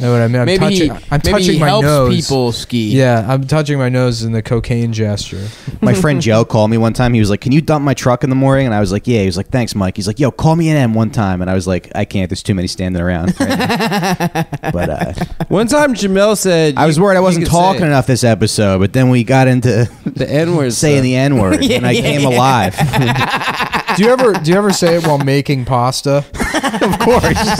know what I mean? I'm
maybe
touching.
he,
I'm
maybe
touching
he
my
helps
nose.
people ski.
Yeah, I'm touching my nose in the cocaine gesture.
My friend Joe called me one time. He was like, "Can you dump my truck in the morning?" And I was like, "Yeah." He was like, "Thanks, Mike." He's like, "Yo, call me an M one time." And I was like, "I can't. There's too many standing around." right now." but uh,
One time Jamel said
I was
you-
worried I
you
wasn't
could say
talking
it.
enough this episode, but then we got into
the N word.
saying the N word,
Yeah,
and I
yeah,
came
yeah.
alive.
do you ever do you ever say it while making pasta?
of course.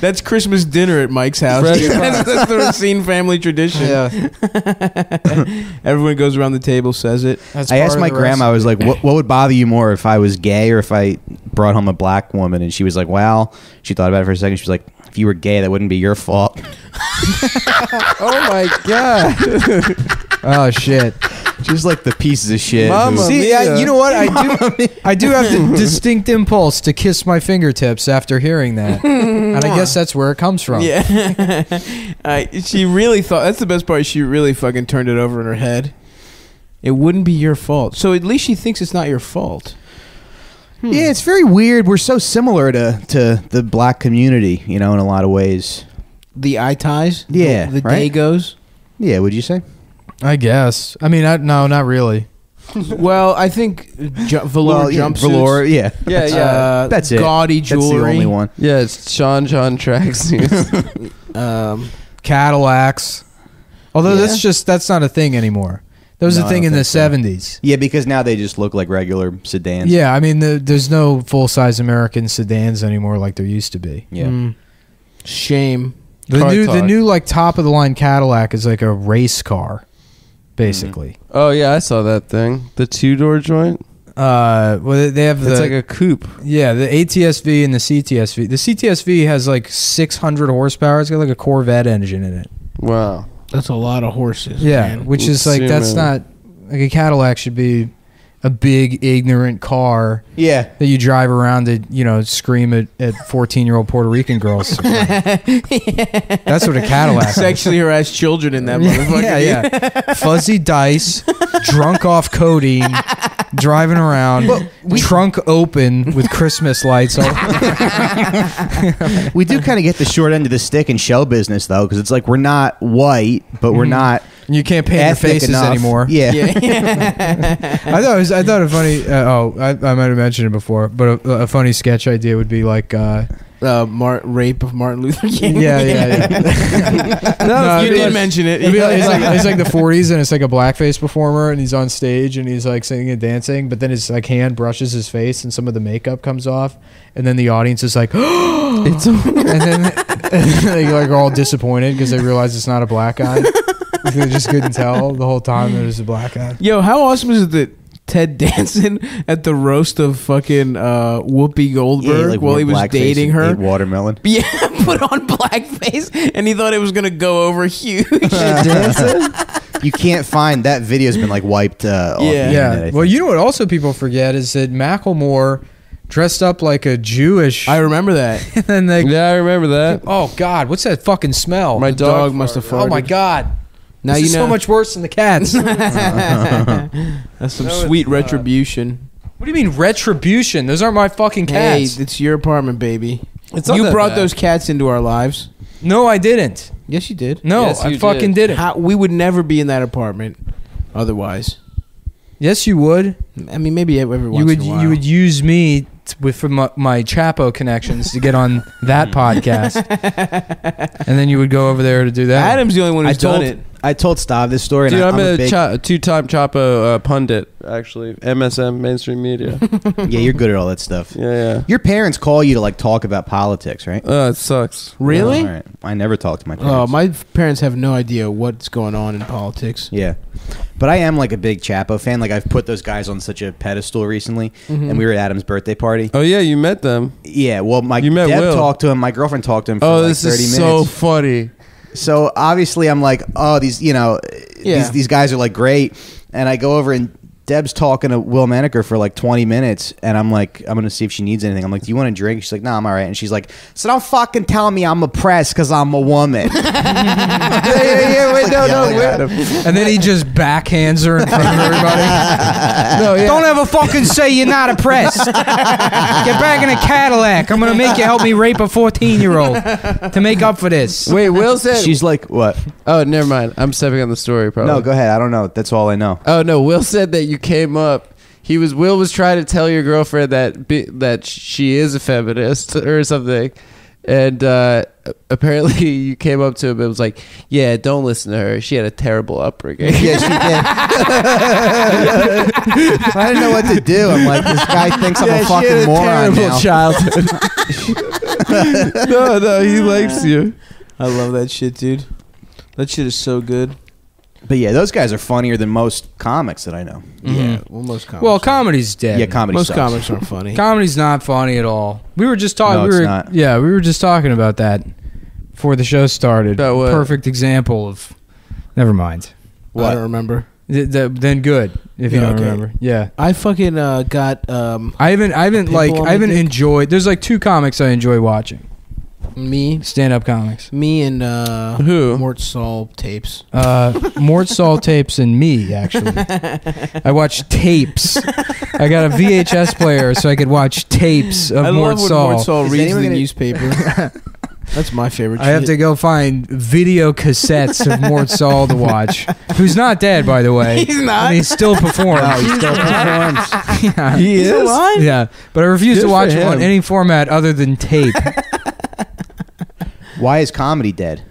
that's Christmas dinner at Mike's house. [laughs]
Fresh
that's, that's the Racine family tradition. [laughs] Everyone goes around the table, says it.
That's
I
part
asked
of
my
the
grandma, I was like, what, what would bother you more if I was gay or if I brought home a black woman? And she was like, well, she thought about it for a second. She was like, if you were gay, that wouldn't be your fault. [laughs]
recipe. Oh my god! oh shit!
Just like the pieces of shit.
Mama
who-
See, I, you know what? I do. I do have
[laughs]
the distinct impulse to kiss my fingertips after hearing
[laughs]
that, and I guess that's where it comes from.
Yeah. [laughs] uh, she really thought that's the best part. She really fucking turned it over in her head. It wouldn't be your fault. So at least she thinks it's not your fault.
Yeah, it's very weird. We're so similar to, to the black community, you know, in a lot of ways.
The eye ties.
Yeah,
The, the day
right?
goes.
Yeah, would you say?
I guess. I mean, I, no, not really.
Well, I think ju- velour
yeah,
jumpsuits.
velour, yeah.
Yeah, yeah.
Uh,
That's it.
Gaudy jewelry.
That's the only one.
yeah, it's Sean John [laughs] tracksuits.
Um,
Cadillacs. Although that's
Yeah.
just that's not a thing anymore. That was
No,
a
I
thing
don't
in the
think so.
seventies.
Yeah, because now they just look like regular sedans.
Yeah, I mean, the, there's no full size American sedans anymore like there used to be.
Yeah.
mm. shame.
The
Car
new, the
talk.
new like top of the line Cadillac is like a race car,
Hmm.
basically.
oh yeah, I saw that thing. The two door joint.
Uh, well, they have the
it's like a coupe.
yeah, the ATSV and the CTSV. The CTSV has like 600 horsepower. It's got like a Corvette engine in it.
Wow.
That's a lot of horses.
Yeah,
man.
which is like that's not
Assuming-
like a Cadillac should be a big ignorant car
Yeah.
that you drive around to you know scream at at 14 year old Puerto Rican
[laughs]
girls. That's what a Cadillac. is.
Sexually harassed children in that motherfucker.
[laughs] yeah, yeah. Fuzzy dice, drunk off codeine, driving around, trunk open with Christmas lights. All-
[laughs] we do kind of get the short end of the stick in show business though, because it's like we're not white, but we're not
you can't paint your
ethnic
faces
enough.
anymore.
[laughs] Yeah.
[laughs] I thought it was, I thought a funny. Uh, oh, I, I might have mentioned it before, but a, a funny sketch idea would be like, uh,
[laughs] Uh, Mar- rape of Martin Luther King.
yeah, yeah.
[laughs]
yeah. No,
you
it'd be
did
like-
mention it.
[laughs] It'd be like- it's, like, it's like the 40s, and it's like a blackface performer, and he's on stage, and he's like singing and dancing, but then his like hand brushes his face, and some of the makeup comes off, and then the audience is like, [gasps]
It's a,
and then [laughs] they like are all disappointed because they realize it's not a black guy. [laughs] they just couldn't tell the whole time that it was a black guy.
Yo, how awesome is it that Ted [laughs] Danson at the roast of fucking uh, Whoopi
Yeah,
Goldberg
like,
while
wore
he was
blackface
dating
and
her?
ate watermelon.
[laughs] Yeah, put on blackface, and he thought it was gonna go over huge.
[laughs] you can't find that video's been like wiped uh, off the
Yeah.
internet, I
Yeah.
think.
Well, you know what? Also, people forget is that Macklemore dressed up like a Jewish,
I remember that.
[laughs] and then they.
yeah, I remember that.
Oh God! What's that fucking smell?
My
The dog,
dog
must have farted.
oh my God!
Now
this
you
is
know
so much worse than
[laughs]
the cats. what
That's some
No, it's
sweet
not.
retribution.
do you mean retribution? Those aren't my fucking
Hey,
cats.
it's your apartment, baby.
It's not
you
that
brought
bad.
those cats into our lives.
no, I didn't.
Yes, you did.
No,
Yes,
I
you
fucking
did.
did. not
How, we would never be in that apartment otherwise.
Yes, you would.
I mean, maybe e- every once
you would
in a while.
you would use me t- with from my, my Chapo connections to get on
[laughs]
that podcast, and then you would go over there to do that.
Adam's the only one
I
who's done
told
it.
I told Stav this story,
Dude,
and I,
I'm, a,
big,
cha- two-time Chapo uh, pundit, actually. MSM, mainstream
[laughs]
media.
yeah, you're good at all that stuff.
[laughs] yeah,
Your parents call you to like talk about politics, right?
yeah. Uh, it sucks.
Really?
All right. I never talk to my parents.
Oh, my parents have no idea what's going on in
[laughs]
politics.
Yeah. But I am like a big Chapo fan. Like I've put those guys on such a pedestal recently.
Mm-hmm.
And we were at Adam's birthday party.
Oh yeah, you met them.
Yeah. Well, my
You met
Deb
Will.
talked to him. My girlfriend talked to him for
Oh,
like
this
30
is so [laughs]
minutes.
funny.
So obviously, I'm like, oh, these, you know,
Yeah.
these, these guys are like great. And I go over and Deb's talking to Will Maneker for like 20 minutes. And I'm like, I'm going to see if she needs anything. I'm like, do you want a drink? She's like, no, I'm all right. And she's like, so don't fucking tell me I'm oppressed because I'm
[laughs]
a woman.
yeah, yeah, yeah, wait,
[laughs]
no, no,
Yelling
wait.
at him.
And then he just backhands her in front of everybody. no, yeah. Don't ever fucking say you're not oppressed. Get back in a Cadillac. I'm gonna make you help me rape a 14 year old to make up for this.
Wait,
[laughs]
Will said.
She's like, what?
oh, never mind. I'm stepping on the story. Probably.
No, go ahead. I don't know. That's all I know.
Oh no, Will said that you came up. He was [laughs] Will was trying to tell your girlfriend that bi- that she is a feminist or something, And uh, apparently, [laughs] you came up to him and was like, "Yeah, don't listen to her. She had a terrible upbringing." [laughs]
Yeah, she did. [laughs] I didn't know what to do. I'm like, this guy thinks I'm
Yeah,
a
she had
fucking
a
moron
terrible
now.
childhood. no, no,
[laughs]
he likes you.
I love that shit, dude. That shit is so good.
But yeah, those guys are funnier than most comics that I know.
Yeah, well, most comics.
Well,
aren't.
comedy's dead.
Yeah, comedy
most
sucks.
comics aren't funny. [laughs]
Comedy's not funny at all. We were just talking.
No,
we
it's
were,
not.
Yeah, we were just talking about that before the show started.
About what?
Perfect example of. Never mind.
I don't remember.
Th- th- then good if you
Yeah,
don't
okay.
remember. Yeah,
I fucking uh, got um,
I haven't. I haven't
Pimple
like.
on my
I haven't
dick.
enjoyed. There's like two comics I enjoy watching.
me,
Stand up comics.
me and uh,
Who?
Mort Saul tapes.
Uh, Mort Saul tapes and me actually. I watch tapes. I got a VHS player so I could watch tapes of
I
Mort
love when
Saul.
Mort Saul
Is
reads the
anyone gonna-
newspaper. [laughs] That's my favorite.
I have to
shit.
go find video cassettes of Mort Saul to watch, who's not dead, by the way.
He's not.
And he still performs. [laughs] yeah.
He is.
Yeah, but I refuse
Good
to
for
watch it on
him.
any format other than tape.
Why is comedy dead?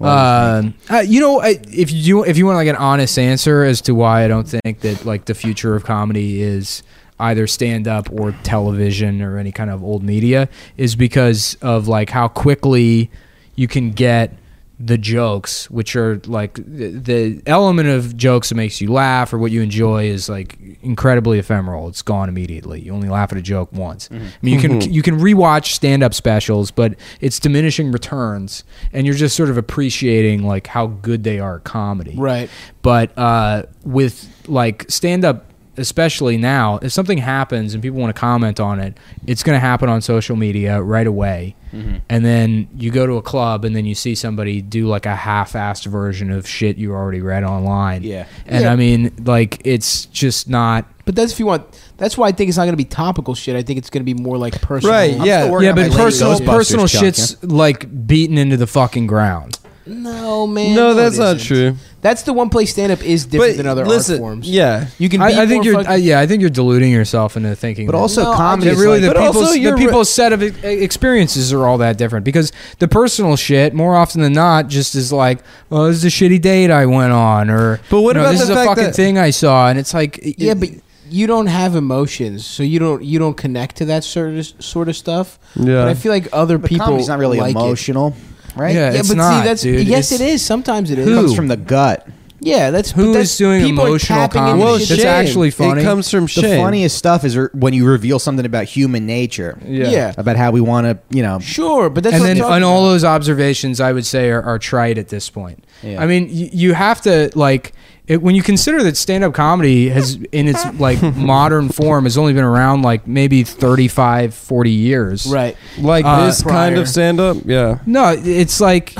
uh, uh, you know, I, if you if you want like an honest answer as to why I don't think that like the future of comedy is either stand up or television or any kind of old media is because of like how quickly you can get the jokes which are like the, the element of jokes that makes you laugh or what you enjoy is like incredibly ephemeral it's gone immediately you only laugh at a joke once i mean you can you can rewatch stand-up specials but it's diminishing returns and you're just sort of appreciating like how good they are at comedy
Right.
but uh, with like stand up especially now if something happens and people want to comment on it it's going to happen on social media right away
Mm-hmm.
and then you go to a club and then you see somebody do like a half-assed version of shit you already read online
Yeah.
and
Yeah.
i mean like it's just not
But that's if you want. That's why I think it's not going to be topical shit. I think it's going to be more like personal.
Right. Yeah.
working
yeah
on
but
my latest
personal
Ghostbusters
personal
chunk,
shit's like beaten into the fucking ground
No, man.
No,
it
that's not
isn't.
true.
That's the one place stand up is different
but
than other
listen,
art forms.
Yeah.
You can. Be
I, I
more
think you're
fucking-
I, yeah i think you're deluding yourself into thinking
But
that-
also,
No, I
comedy
It
is
really
like,
the
But
people's,
also
the
you're re-
people's set of e- experiences are all that different because the personal shit more often than not just is like oh this is a shitty date I went on or
But what
you know,
about
this
the
is a
fact
fucking
that-
thing I saw and it's like
yeah, but you don't have emotions, so you don't you don't connect to that sort of sort of stuff.
Yeah.
But I feel like other
but
people
comedy's not really
like it.
emotional, right?
Yeah.
Yeah,
it's
but
not,
see, that's
dude.
yes,
It's-
it is. Sometimes it is.
It
Who?
comes from the gut.
Yeah, that's but
Who
that's,
is doing
people are
emotional
tapping into
comedy?
Well,
shit
That's
shame.
actually funny.
It comes from
The
shame.
funniest stuff is r- when you reveal something about human nature.
yeah,
yeah.
About how we want to, you know.
Sure, but that's
and
what
then
I'm talking
and all
about.
those observations I would say are, are trite at this point
Yeah.
I mean y- you have to like it, when you consider that stand-up comedy has in its like [laughs] modern form has only been around like maybe 35 40 years
right.
like
Uh,
this kind
prior.
of stand up. Yeah.
No, it's like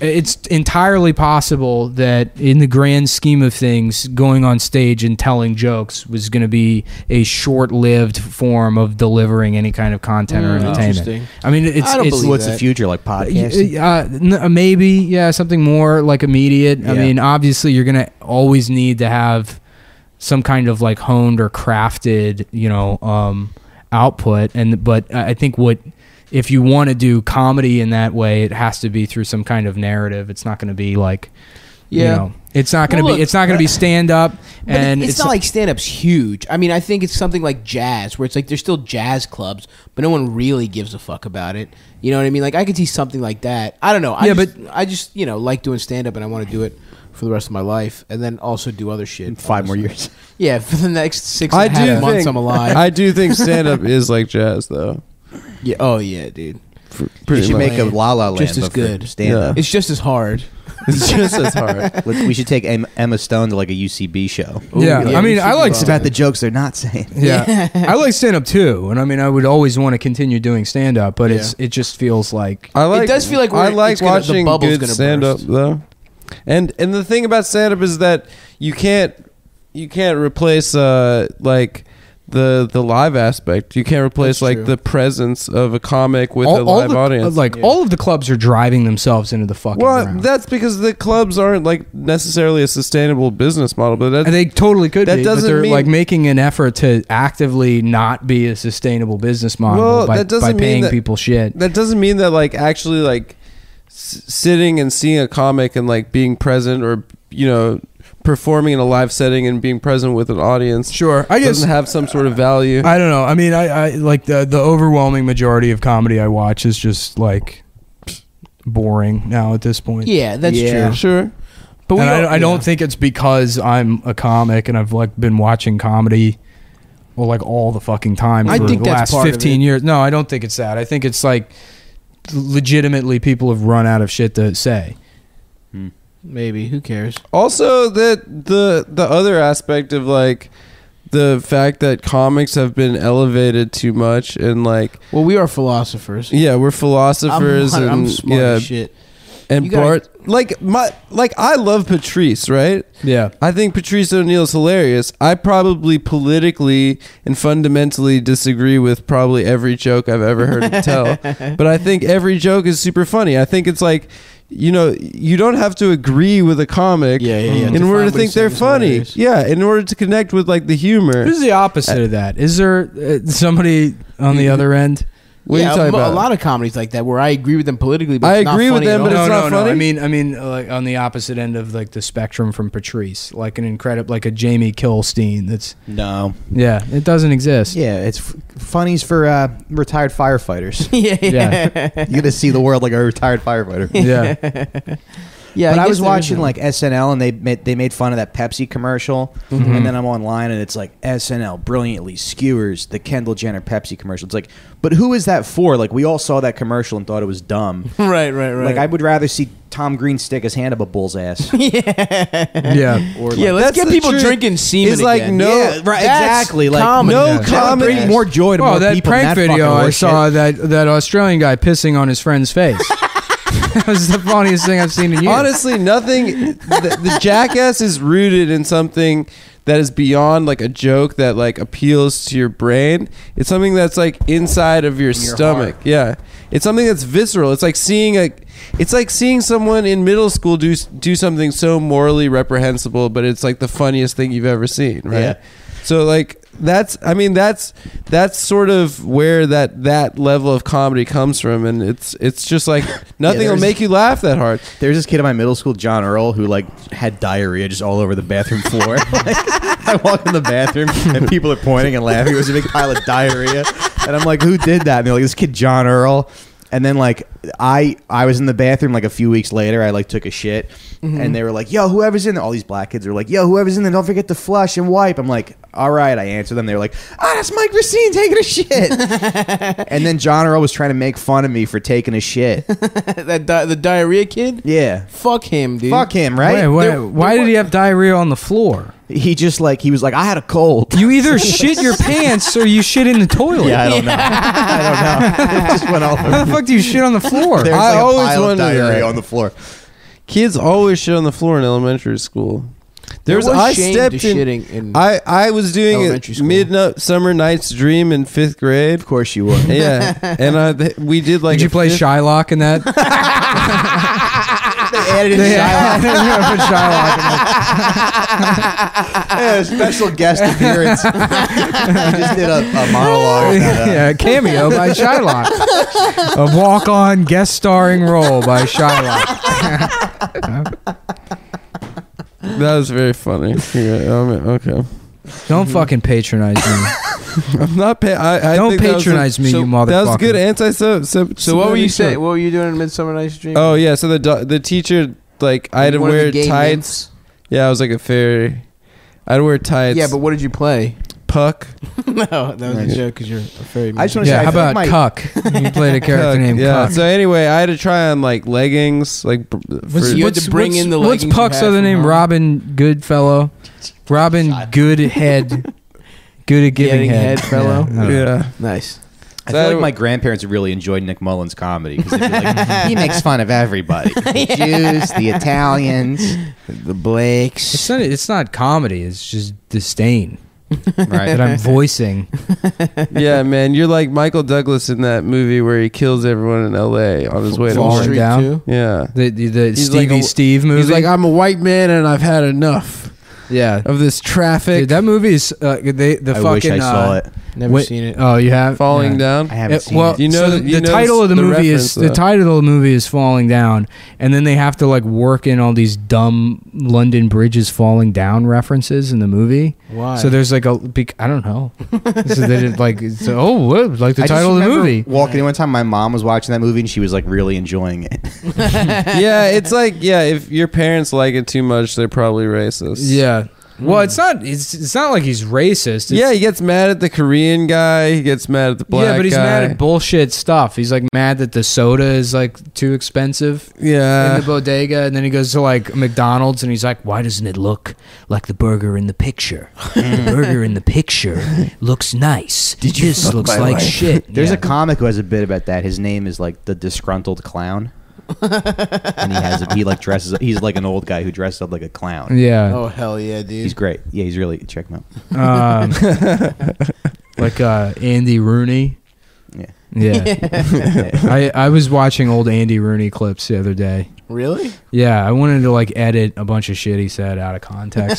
it's entirely possible that in the grand scheme of things, going on stage and telling jokes was going to be a short-lived form of delivering any kind of content or
interesting.
entertainment. I mean, it's
I don't
it's
believe
What's
that.
the future like? Podcasting.
Y- Uh, n- maybe, yeah, something more like immediate. I
Yeah.
mean, obviously, you're gonna always need to have some kind of like honed or crafted, you know, um, output. And but I I think what if you want to do comedy in that way, it has to be through some kind of narrative. It's not going to be like,
Yeah.
you know, it's not going to
Well,
be
look, uh,
it's not going to be stand up.
But it-
And
it's, not like stand up's huge. I mean, I think it's something like jazz, where it's like there's still jazz clubs, but no one really gives a fuck about it. You know what I mean? Like I could see something like that. I don't know. I
Yeah,
just, I just you know like doing stand up, and I want to do it for the rest of my life, and then also do other shit.
Five more
honestly.
years.
Yeah, [laughs] for the next six
I
and a half
do
months
think
I'm alive.
[laughs] I do think stand up is like jazz though.
yeah. Oh yeah, dude.
F-
We
Pretty
should
much.
make a La La Land.
Just as
but for
good.
Stand-up.
It's just as hard.
[laughs] it's just as hard.
Let's- We should take Em- Emma Stone to like a UCB show.
yeah,
yeah,
I mean,
you
I
should
like
be
It's about the jokes they're not saying.
[laughs] Yeah. I like stand up too. And I mean, I would always want to continue doing stand up, but it's it just feels like
I like.
does feel like we're-
I like
it's gonna- the
watching
bubble's
good
gonna
stand up
burst.
though, and and the thing about stand up is that you can't you can't replace uh like the the live aspect. You can't replace
That's
like
true.
the presence of a comic with a live
the, uh,
audience.
uh,
Like all of the clubs are driving themselves into the fucking
well,
ground.
that's because the clubs aren't like necessarily a sustainable business model, but
And
that,
they totally could
That
be,
doesn't
but they're
mean-
like making an effort to actively not be a sustainable business model
Well,
by,
that doesn't
by
mean
paying
that-
people shit.
that doesn't mean that like actually like s- sitting and seeing a comic and like being present or you know performing in a live setting and being present with an audience
Sure, I guess
doesn't have some sort of value.
I don't know. I mean, I, I like the the overwhelming majority of comedy I watch is just like boring now at this point.
Yeah, that's
Yeah.
true.
sure.
But
and I, I don't
yeah.
think it's because I'm a comic and I've like been watching comedy, well, like all the fucking time.
I
for
think
the
that's
last
part of
fifteen
it.
years. No, I don't think it's that. I think it's like legitimately people have run out of shit to say.
Maybe who cares?
Also, that the the other aspect of like the fact that comics have been elevated too much and like
Well, we are philosophers.
yeah, we're philosophers
I'm,
and
I'm smart
yeah,
as shit.
and
You gotta-
Bart like my like I love Patrice, right?
Yeah.
I think Patrice O'Neal's hilarious. I probably politically and fundamentally disagree with probably every joke I've ever heard
[laughs]
him tell, but I think every joke is super funny. I think it's like, you know, you don't have to agree with a comic
Yeah, yeah, yeah.
in
To
order
find
to
what he
think they're
said is
funny.
hilarious.
Yeah, in order to connect with like the humor.
Who's the opposite of that? Is there uh, somebody on the other end?
What
yeah,
are you talking
mo-
about?
a lot of comedies like that where I agree with them politically, but
I
it's not
agree with
funny
them,
at
but
all.
it's
no,
not
no,
funny?
No. I mean, I mean, uh, like on the opposite end of like the spectrum from Patrice, like an incredible, like a Jamie Kilstein. That's
No.
yeah, it doesn't exist.
Yeah, it's f- funnies for uh, retired firefighters.
yeah,
Yeah.
you get to see the world like a retired firefighter.
Yeah.
yeah.
but I,
guess
was
there is
watching
that.
like SNL and they made, they made fun of that Pepsi commercial,
Mm-hmm.
and then I'm online and it's like SNL brilliantly skewers the Kendall Jenner Pepsi commercial. It's like, but who is that for? Like we all saw that commercial and thought it
[laughs]
was dumb.
right, right, right. [laughs]
Like I would rather see Tom Green stick his hand up a
[laughs]
bull's ass.
yeah.
Or like,
yeah, let's
That's
get
the
people
truth.
drinking semen.
It's like,
again.
no-
Yeah, right,
That's
exactly. Like
comedy.
no
Yeah.
comedy.
comedy.
Bring more joy to
Oh,
more
that
people.
prank
than that
video
fucking
I
horseshit.
saw that that Australian guy pissing on his friend's face.
[laughs]
that was the funniest thing I've seen in years.
Honestly, nothing. The, the jackass is rooted in something that is beyond like a joke that like appeals to your brain. It's something that's like inside of your, stomach. Yeah, it's something that's visceral. It's like seeing a. It's like seeing someone in middle school do do something so morally reprehensible, but it's like the funniest thing you've ever seen, right?
Yeah.
So like that's I mean that's that's sort of where that that level of comedy comes from and it's it's just
[laughs]
like nothing will
there's-
make you laugh that hard.
There's this kid in my middle school, John Earl, who like had diarrhea just all over the bathroom floor. [laughs] Like, I walk in the bathroom and people are pointing and laughing. It was a big pile of diarrhea, and I'm like, "Who did that?" And they're like, "This kid, John Earl." And then like I I was in the bathroom like a few weeks later. I like took a shit, and they were like, "Yo, whoever's in there." All these black kids were like, "Yo, whoever's in there, don't forget to flush and wipe." I'm like, "All right." I answer them. They were like, "Ah, that's Mike Racine taking a shit." and then John Earl was trying to make fun of me for taking a
[laughs]
shit.
that di- the diarrhea kid.
Yeah.
Fuck him, dude.
Fuck him, right?
Wait, wait,
There-
why
there
did he have diarrhea on the floor?
He just like he was like I had a cold. [laughs]
You either shit your pants or you shit in the toilet.
Yeah, I don't know. [laughs] I don't know. It just went
[laughs]
all [laughs]
How
over.
the fuck do you shit on the floor?
There was
I
like
always
a pile of
wondered
diarrhea
that.
on the floor.
Kids always shit on the floor in elementary school.
There
There's
was
I
shame to
stepped in.
shitting in
I I was doing
elementary
a
school.
midnight summer night's dream in fifth grade.
Of course you [laughs] would.
[laughs]
Yeah, and I th- we did like
Did you
a
play
fifth-
Shylock in
[laughs]
that?
they added in [laughs]
Yeah, I put Shylock [laughs] in that.
Shia- a special [laughs] guest appearance. he just did a, a monologue. That, uh,
yeah, cameo by
[laughs]
Shylock. a walk-on guest starring role by Shylock.
That was very funny.
[laughs]
Yeah, um, okay,
Don't fucking patronize me.
[laughs]
I'm not. Pa- I, I
Don't
think that was a-
patronize me, you
That was
motherfucker.
good anti. So so
So what were you saying? What were you doing in Midsummer Night's Dream?
Oh yeah, so the do- the teacher like I had to
One of the
wear
gay
tights. Yeah, I was like a fairy. I'd wear tights.
nymphs? Yeah, but what did you play? [laughs]
puck.
no, that was a joke because you're a fairy.
I just
man.
yeah,
want to say,
how
I feel
about
like my,
Cuck? You
[laughs]
played a character
Puck,
named
Yeah.
Cuck.
So anyway, I had to try on like leggings, like br-
What's-
for-
you had to bring in the
What's
leggings you
Puck's
had
other
from
name?
home.
Robin Goodfellow. Robin
[laughs]
Goodhead. Good at giving
Getting
head.
head fellow.
Yeah, I don't know.
[laughs] [laughs] yeah.
nice.
I feel like my grandparents really enjoyed Nick Mullins' comedy. 'cause they'd be [laughs] Like, he makes fun of [laughs] everybody: the Jews, the Italians, the Blakes.
It's not. It's not comedy. It's just disdain. that
[laughs]
right?
I'm voicing.
yeah, man, you're like Michael Douglas in that movie where he kills everyone in L.A. on his way to
Falling
work.
Street down?
too.
Yeah,
The the, the
He's
Stevie
like a-
Steve movie.
he's like,
"Ah,
I'm a white man and I've had enough
yeah.
of this traffic
Dude, that movie's uh, they the
I
fucking.
wish I saw
uh,
it.
Never
wait-
seen it.
Oh, you have
falling
Yeah.
down. [laughs]
I haven't
It-
seen
Uh, well,
it.
You know-
so
you
the
know
title of the, uh,
the
movie
reference,
is
though.
the title of the movie is falling down, and then they have to like work in all these dumb London bridges falling down references in the movie.
Why?
So there's like a bec- I don't
[laughs]
know. so they did like it's, oh whoa, like the
I just
title of the
remember
movie.
Walking in one time, my mom was watching that movie and she was like really enjoying it.
yeah, it's like yeah, if your parents like it too much, they're probably racist.
Yeah.
Hmm.
Well, it's not it's it's not like he's racist. It's-
yeah, he gets mad at the Korean guy. He gets mad at the black guy.
yeah, but he's mad at bullshit stuff. He's like mad that the soda is like too expensive. in
yeah,
the bodega, and then he goes to like McDonald's, and he's like, "Why doesn't it look like the burger in the picture? the burger in the picture looks nice. this looks like shit."
[laughs] There's
Yeah.
a comic who has a bit about that. His name is like the disgruntled clown. and he has a, he like dresses up. He's like an old guy who dresses up like a clown.
yeah,
[laughs] Oh hell yeah, [laughs]
He's
dude!
great. Yeah, he's really check
[laughs]
him out.
um, like uh, Andy Rooney.
Yeah.
[laughs]
yeah. I I was watching old Andy Rooney clips the other day.
Really?
Yeah, I wanted to like edit a bunch of shit he said out of context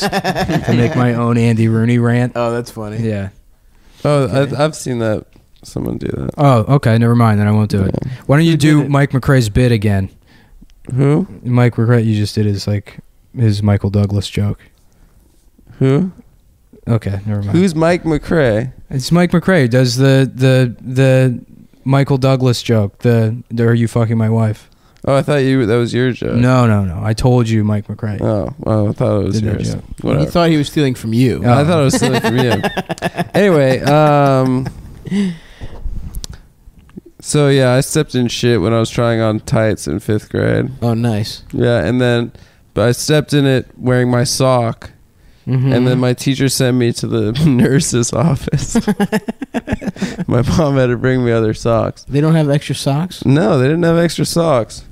[laughs]
to make my own Andy Rooney rant.
Oh, that's funny.
Yeah.
oh, I, I've seen that. Someone do that.
Oh, okay. Never mind. Then I won't do it. Why don't you do Mike McRae's bit again?
Who?
Mike regret you just did his like his Michael Douglas joke.
Who?
Okay, never mind.
Who's Mike McRae?
it's Mike McRae who does the the the Michael Douglas joke. The, the are you fucking my wife?
Oh, I thought you. That was your joke.
no, no, no. I told you, Mike McRae.
Oh, oh I thought it was
Did that
yours.
joke.
He
Whatever.
thought he was stealing from you.
Uh,
I thought it was something from you. Anyway, um, so yeah, I stepped in shit when I was trying on tights in fifth grade.
oh, nice.
Yeah, and then, but I stepped in it wearing my sock, and
Mm-hmm.
[laughs] then my teacher sent me to the [laughs] nurse's office. my mom had to bring me other socks.
They don't have extra socks.
No, they didn't have extra socks.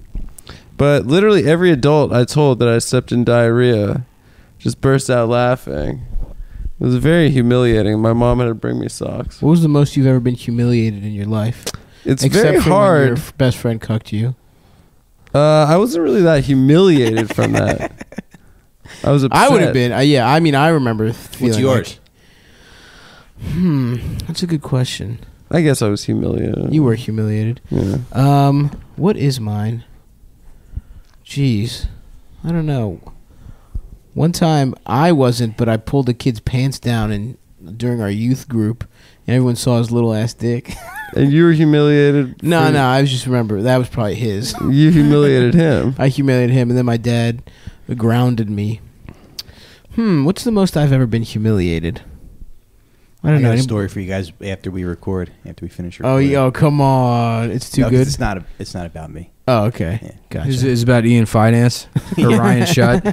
But literally every adult I told that I stepped in diarrhea just burst out laughing. It was very humiliating. My mom had to bring me socks.
What was the most you've ever been humiliated in your life?
It's
Except
very
for when
hard.
your f- best friend cucked you.
Uh, I wasn't really that humiliated from that.
[laughs]
I was upset.
I would have been. Uh, yeah, I mean, I remember. Feeling
yours?
like- hmm, that's a good question.
I guess I was humiliated.
You were humiliated.
Yeah.
Um, what is mine? Jeez, I don't know. One time I wasn't, but I pulled a kid's pants down and during our youth group, and everyone saw his little ass dick. [laughs]
And you were humiliated.
no,
for-
no, I was just remember that was probably
[laughs]
his.
You humiliated him.
[laughs] I humiliated him, and then my dad grounded me. Hmm, what's the most I've ever been humiliated? I
I
don't know.
got a
any-
story for you guys after we record, after we finish.
Oh,
recording.
yo, come on, it's too
No, 'cause
good.
It's not. A, it's not about me.
Oh, okay,
Yeah.
gotcha.
It's, it's about Ian [laughs] Finance or
[laughs]
Ryan Shutt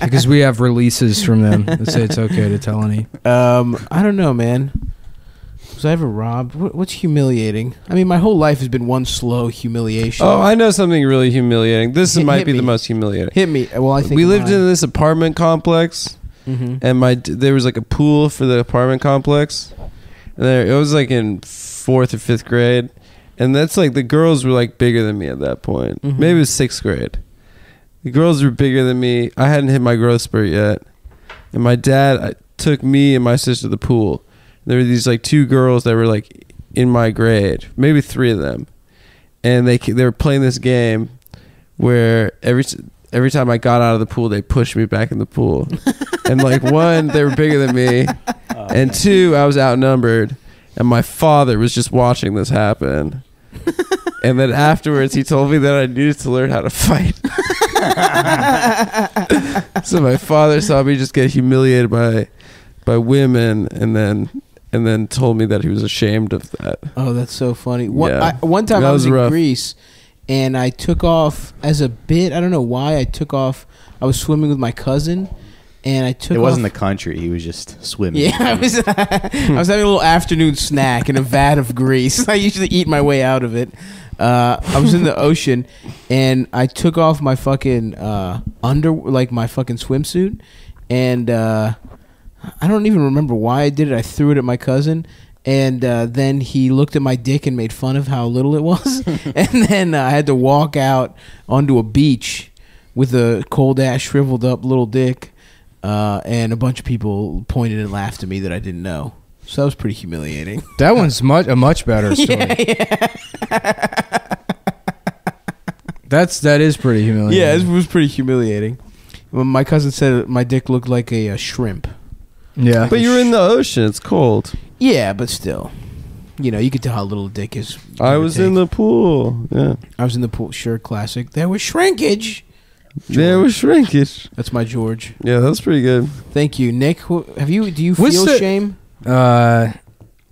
because we have releases from them that say it's okay to tell any.
Um, I don't know, man. Was I ever robbed? What, what's humiliating? I mean, my whole life has been one slow humiliation.
Oh, I know something really humiliating. This
Hit-
might
hit
be
me.
the most humiliating.
hit me. Well, I think
We lived in this apartment complex.
hmm
and my d- there was like a pool for the apartment complex. And there, it was like in fourth or fifth grade, and that's like the girls were like bigger than me at that point.
Mhm.
Maybe it was sixth grade. The girls were bigger than me. I hadn't hit my growth spurt yet, and my dad uh, took me and my sister to the pool. There were these like two girls that were like in my grade, maybe three of them, and they c- they were playing this game where every s- every time I got out of the pool, they pushed me back in the pool. and like one, they were bigger than me, and two, I was outnumbered, and my father was just watching this happen. and then afterwards, he told me that I needed to learn how to [laughs] fight. so my father saw me just get humiliated by by women, and then and then told me that he was ashamed of that.
Oh, that's so funny. One,
Yeah.
I, one time
That
I was,
was
in
rough.
Greece, and I took off as a bit. I don't know why I took off. I was swimming with my cousin, and I took.
It wasn't the
off,
country. He was just swimming.
Yeah, I was. [laughs] I was having a little afternoon snack in a vat of grease. [laughs] I usually eat my way out of it. Uh, I was in the ocean, and I took off my fucking uh, under, like my fucking swimsuit, and uh, I don't even remember why I did it. I threw it at my cousin, and uh, then he looked at my dick and made fun of how little it was. and then uh, I had to walk out onto a beach with a cold ass, shriveled up little dick, uh, and a bunch of people pointed and laughed at me that I didn't know. So that was pretty
[laughs]
humiliating.
That one's much a much [laughs]
[laughs]
better story. That's that is pretty humiliating.
yeah, it was pretty humiliating. When my cousin said my dick looked like a, uh shrimp.
yeah.
But you're in the ocean. It's cold.
Yeah, but still, you know, you could tell how little dick is.
I was in the pool. Yeah.
I was in the pool. Sure, classic. There was shrinkage.
There was shrinkage.
That's my George.
Yeah, that's pretty good.
Thank you, Nick. wh- Have you? Do you
What's
feel
the-
[laughs]
shame?
uh,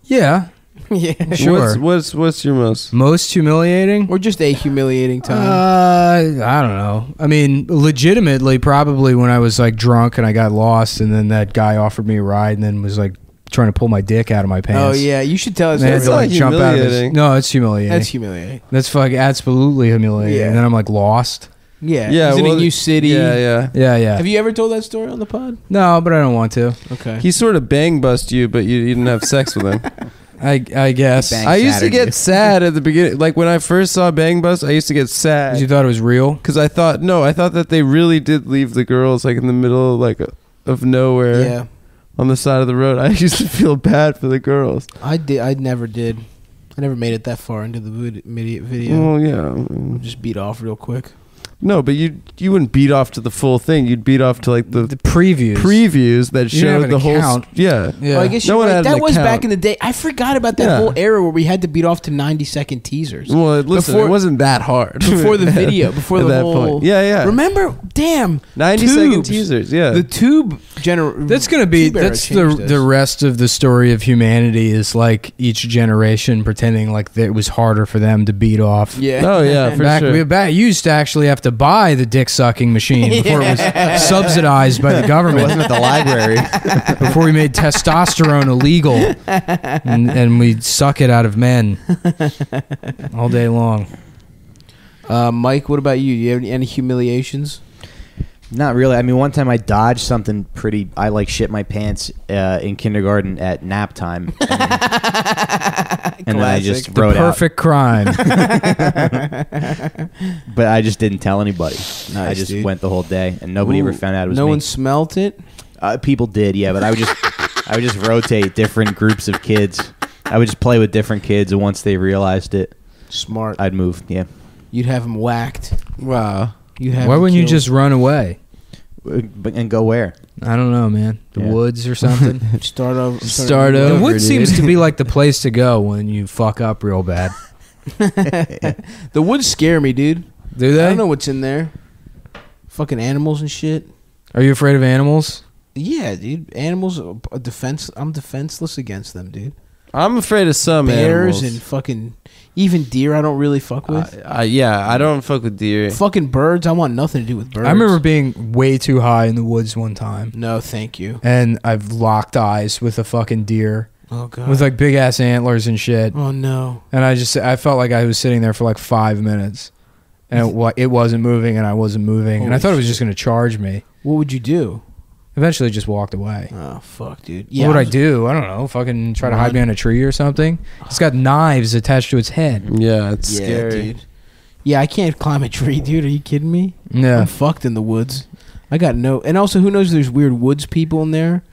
yeah,
yeah.
What's
sure.
what's what's your most?
Most humiliating.
[laughs] Or just a humiliating time.
Uh, I don't know. I mean, legitimately, probably when I was like drunk and I got lost, and then that guy offered me a ride, and then was like trying to pull my dick out of my
oh
pants.
yeah, you should tell us.
And I had
That's,
That's
to,
not
like, jump out of his,
humiliating.
no, it's humiliating.
that's
That's,
humiliating.
fucking absolutely humiliating.
Yeah.
And then I'm like lost.
Yeah.
Yeah,
He's in
well,
a new city.
Yeah, yeah.
Yeah, yeah.
Have you ever told that story on the pod?
no, but I don't want to.
Okay.
He sort of bang bust you, but you, you didn't have sex with him.
I I guess.
Bang
I used to
shattered
[laughs]
get
you.
sad at the beginning. Like when I first saw Bang Bust, I used to get sad.
'Cause you thought it was real.
because I thought no, I thought that they really did leave the girls like in the middle like uh, of nowhere
yeah.
on the side of the road. [laughs] I used to feel bad for the girls.
I did. I never did. I never made it that far into the vid- midi- video.
Well, yeah,
Just beat off real quick.
no, but you you wouldn't beat off to the full thing. You'd beat off to like the,
The previews.
previews that
You didn't have
showed
an
the whole.
account.
s- yeah,
yeah.
Oh, I guess
No
you're
one
right.
had an
that was
account.
back in the day. I forgot about that
Yeah.
whole era where we had to beat off to 90 second teasers
Well, listen,
Before-
it wasn't that
[laughs]
hard
before
[laughs]
the video, before
at
the
that
whole.
point. Yeah, yeah.
Remember, damn,
90 second
tubes.
teasers. Yeah,
the tube gener.
That's gonna be
tube era
that's the
changed us.
the rest of the story of humanity is like each generation pretending like that it was harder for them to beat off.
yeah.
oh yeah, for
back
sure.
we back you used to actually have to buy the dick sucking machine before
[laughs]
it was subsidized by the
I wasn't
government
at the library.
[laughs]
[laughs] before we made testosterone illegal and, and we suck it out of men all day long.
[laughs] Uh, Mike, what about you? Do you have any, any humiliations?
Not really. I mean, one time I dodged something pretty. I like shit my pants uh, in kindergarten at nap
[laughs]
time, and, and then I just
The
wrote out.
perfect crime.
But I just didn't tell anybody. No, I
Nice,
just
dude.
went the whole day, and nobody Uh, ever
Ooh,
found out it was
no
me.
one smelt it.
Uh, people did, yeah, but I would
[laughs]
just I would just rotate different groups of kids. I would just play with different kids, and once they realized it,
Smart.
I'd move. Yeah,
You'd have him whacked.
wow.
You have.
Why
him
wouldn't you
killed.
just run away?
But- Uh, and go where?
I don't know, man. The
Yeah.
woods or something.
start over?
Start
The
over,
wood
[laughs]
dude.
seems to be like the place to go when you fuck up real bad.
[laughs] The woods scare me, dude.
Do they?
I don't know what's in there. Fucking animals and shit.
Are you afraid of animals?
Yeah, dude. Animals are a defense. I'm defenseless against them, dude.
I'm afraid of some
Bears
animals.
and fucking even deer. I don't really fuck with.
Uh,
I- I- yeah, I don't fuck with deer.
fucking birds. I want nothing to do with birds.
I remember being way too high in the woods one time,
No, thank you.
and I've locked eyes with a fucking deer
Oh god.
with like big ass antlers and shit,
oh no.
and I just I felt like I was sitting there for like five minutes,
[laughs]
and it, wa- it wasn't moving, and I wasn't moving, and I
Holy
thought it was
shit.
just gonna charge me.
What would you do?
Eventually, just walked away.
Oh fuck, dude.
what would I
was-
do? I don't know. Fucking try to
Run.
hide behind a tree or something. It's got knives attached to its head.
Yeah, it's
Yeah,
scary.
dude. Yeah, I can't climb a tree, dude. Are you kidding me?
Yeah.
I'm fucked in the woods. I got no. And also, who knows? if There's weird woods people in there.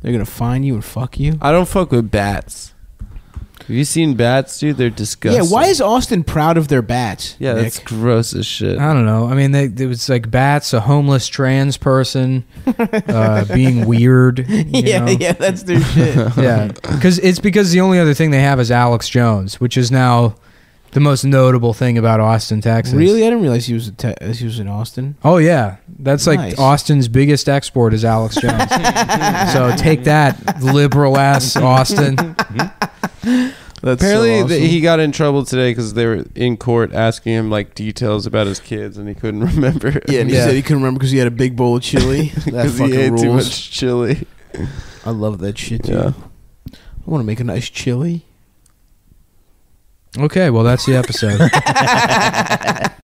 They're gonna find you and fuck you.
I don't fuck with bats. Have you seen bats, dude? They're disgusting.
Yeah, why is Austin proud of their bats?
Yeah, that's
Nick? Uh,
gross as shit.
I don't know. I mean, they, it was like bats, a homeless trans person,
[laughs]
uh, being weird.
yeah, yeah, that's [laughs] their shit.
[laughs] Because it's because the only other thing they have is Alex Jones, which is now the most notable thing about Austin, Texas.
really, I didn't realize he was a te- he was in Austin.
Oh yeah, that's like
Nice.
Austin's biggest export is
[laughs]
Alex Jones. so take that, liberal ass Austin.
[laughs] That's
Apparently,
so
th-
awesome.
he got in trouble today because they were in court asking him like details about his kids, and he couldn't [laughs] remember.
yeah, and he
Yeah.
said he couldn't remember because he had a big bowl of [laughs]
[laughs]
chili. that
because
fucking
he ate
rules.
too much chili.
I love that shit, dude.
Yeah.
I want to make a nice chili.
Okay, well that's the episode.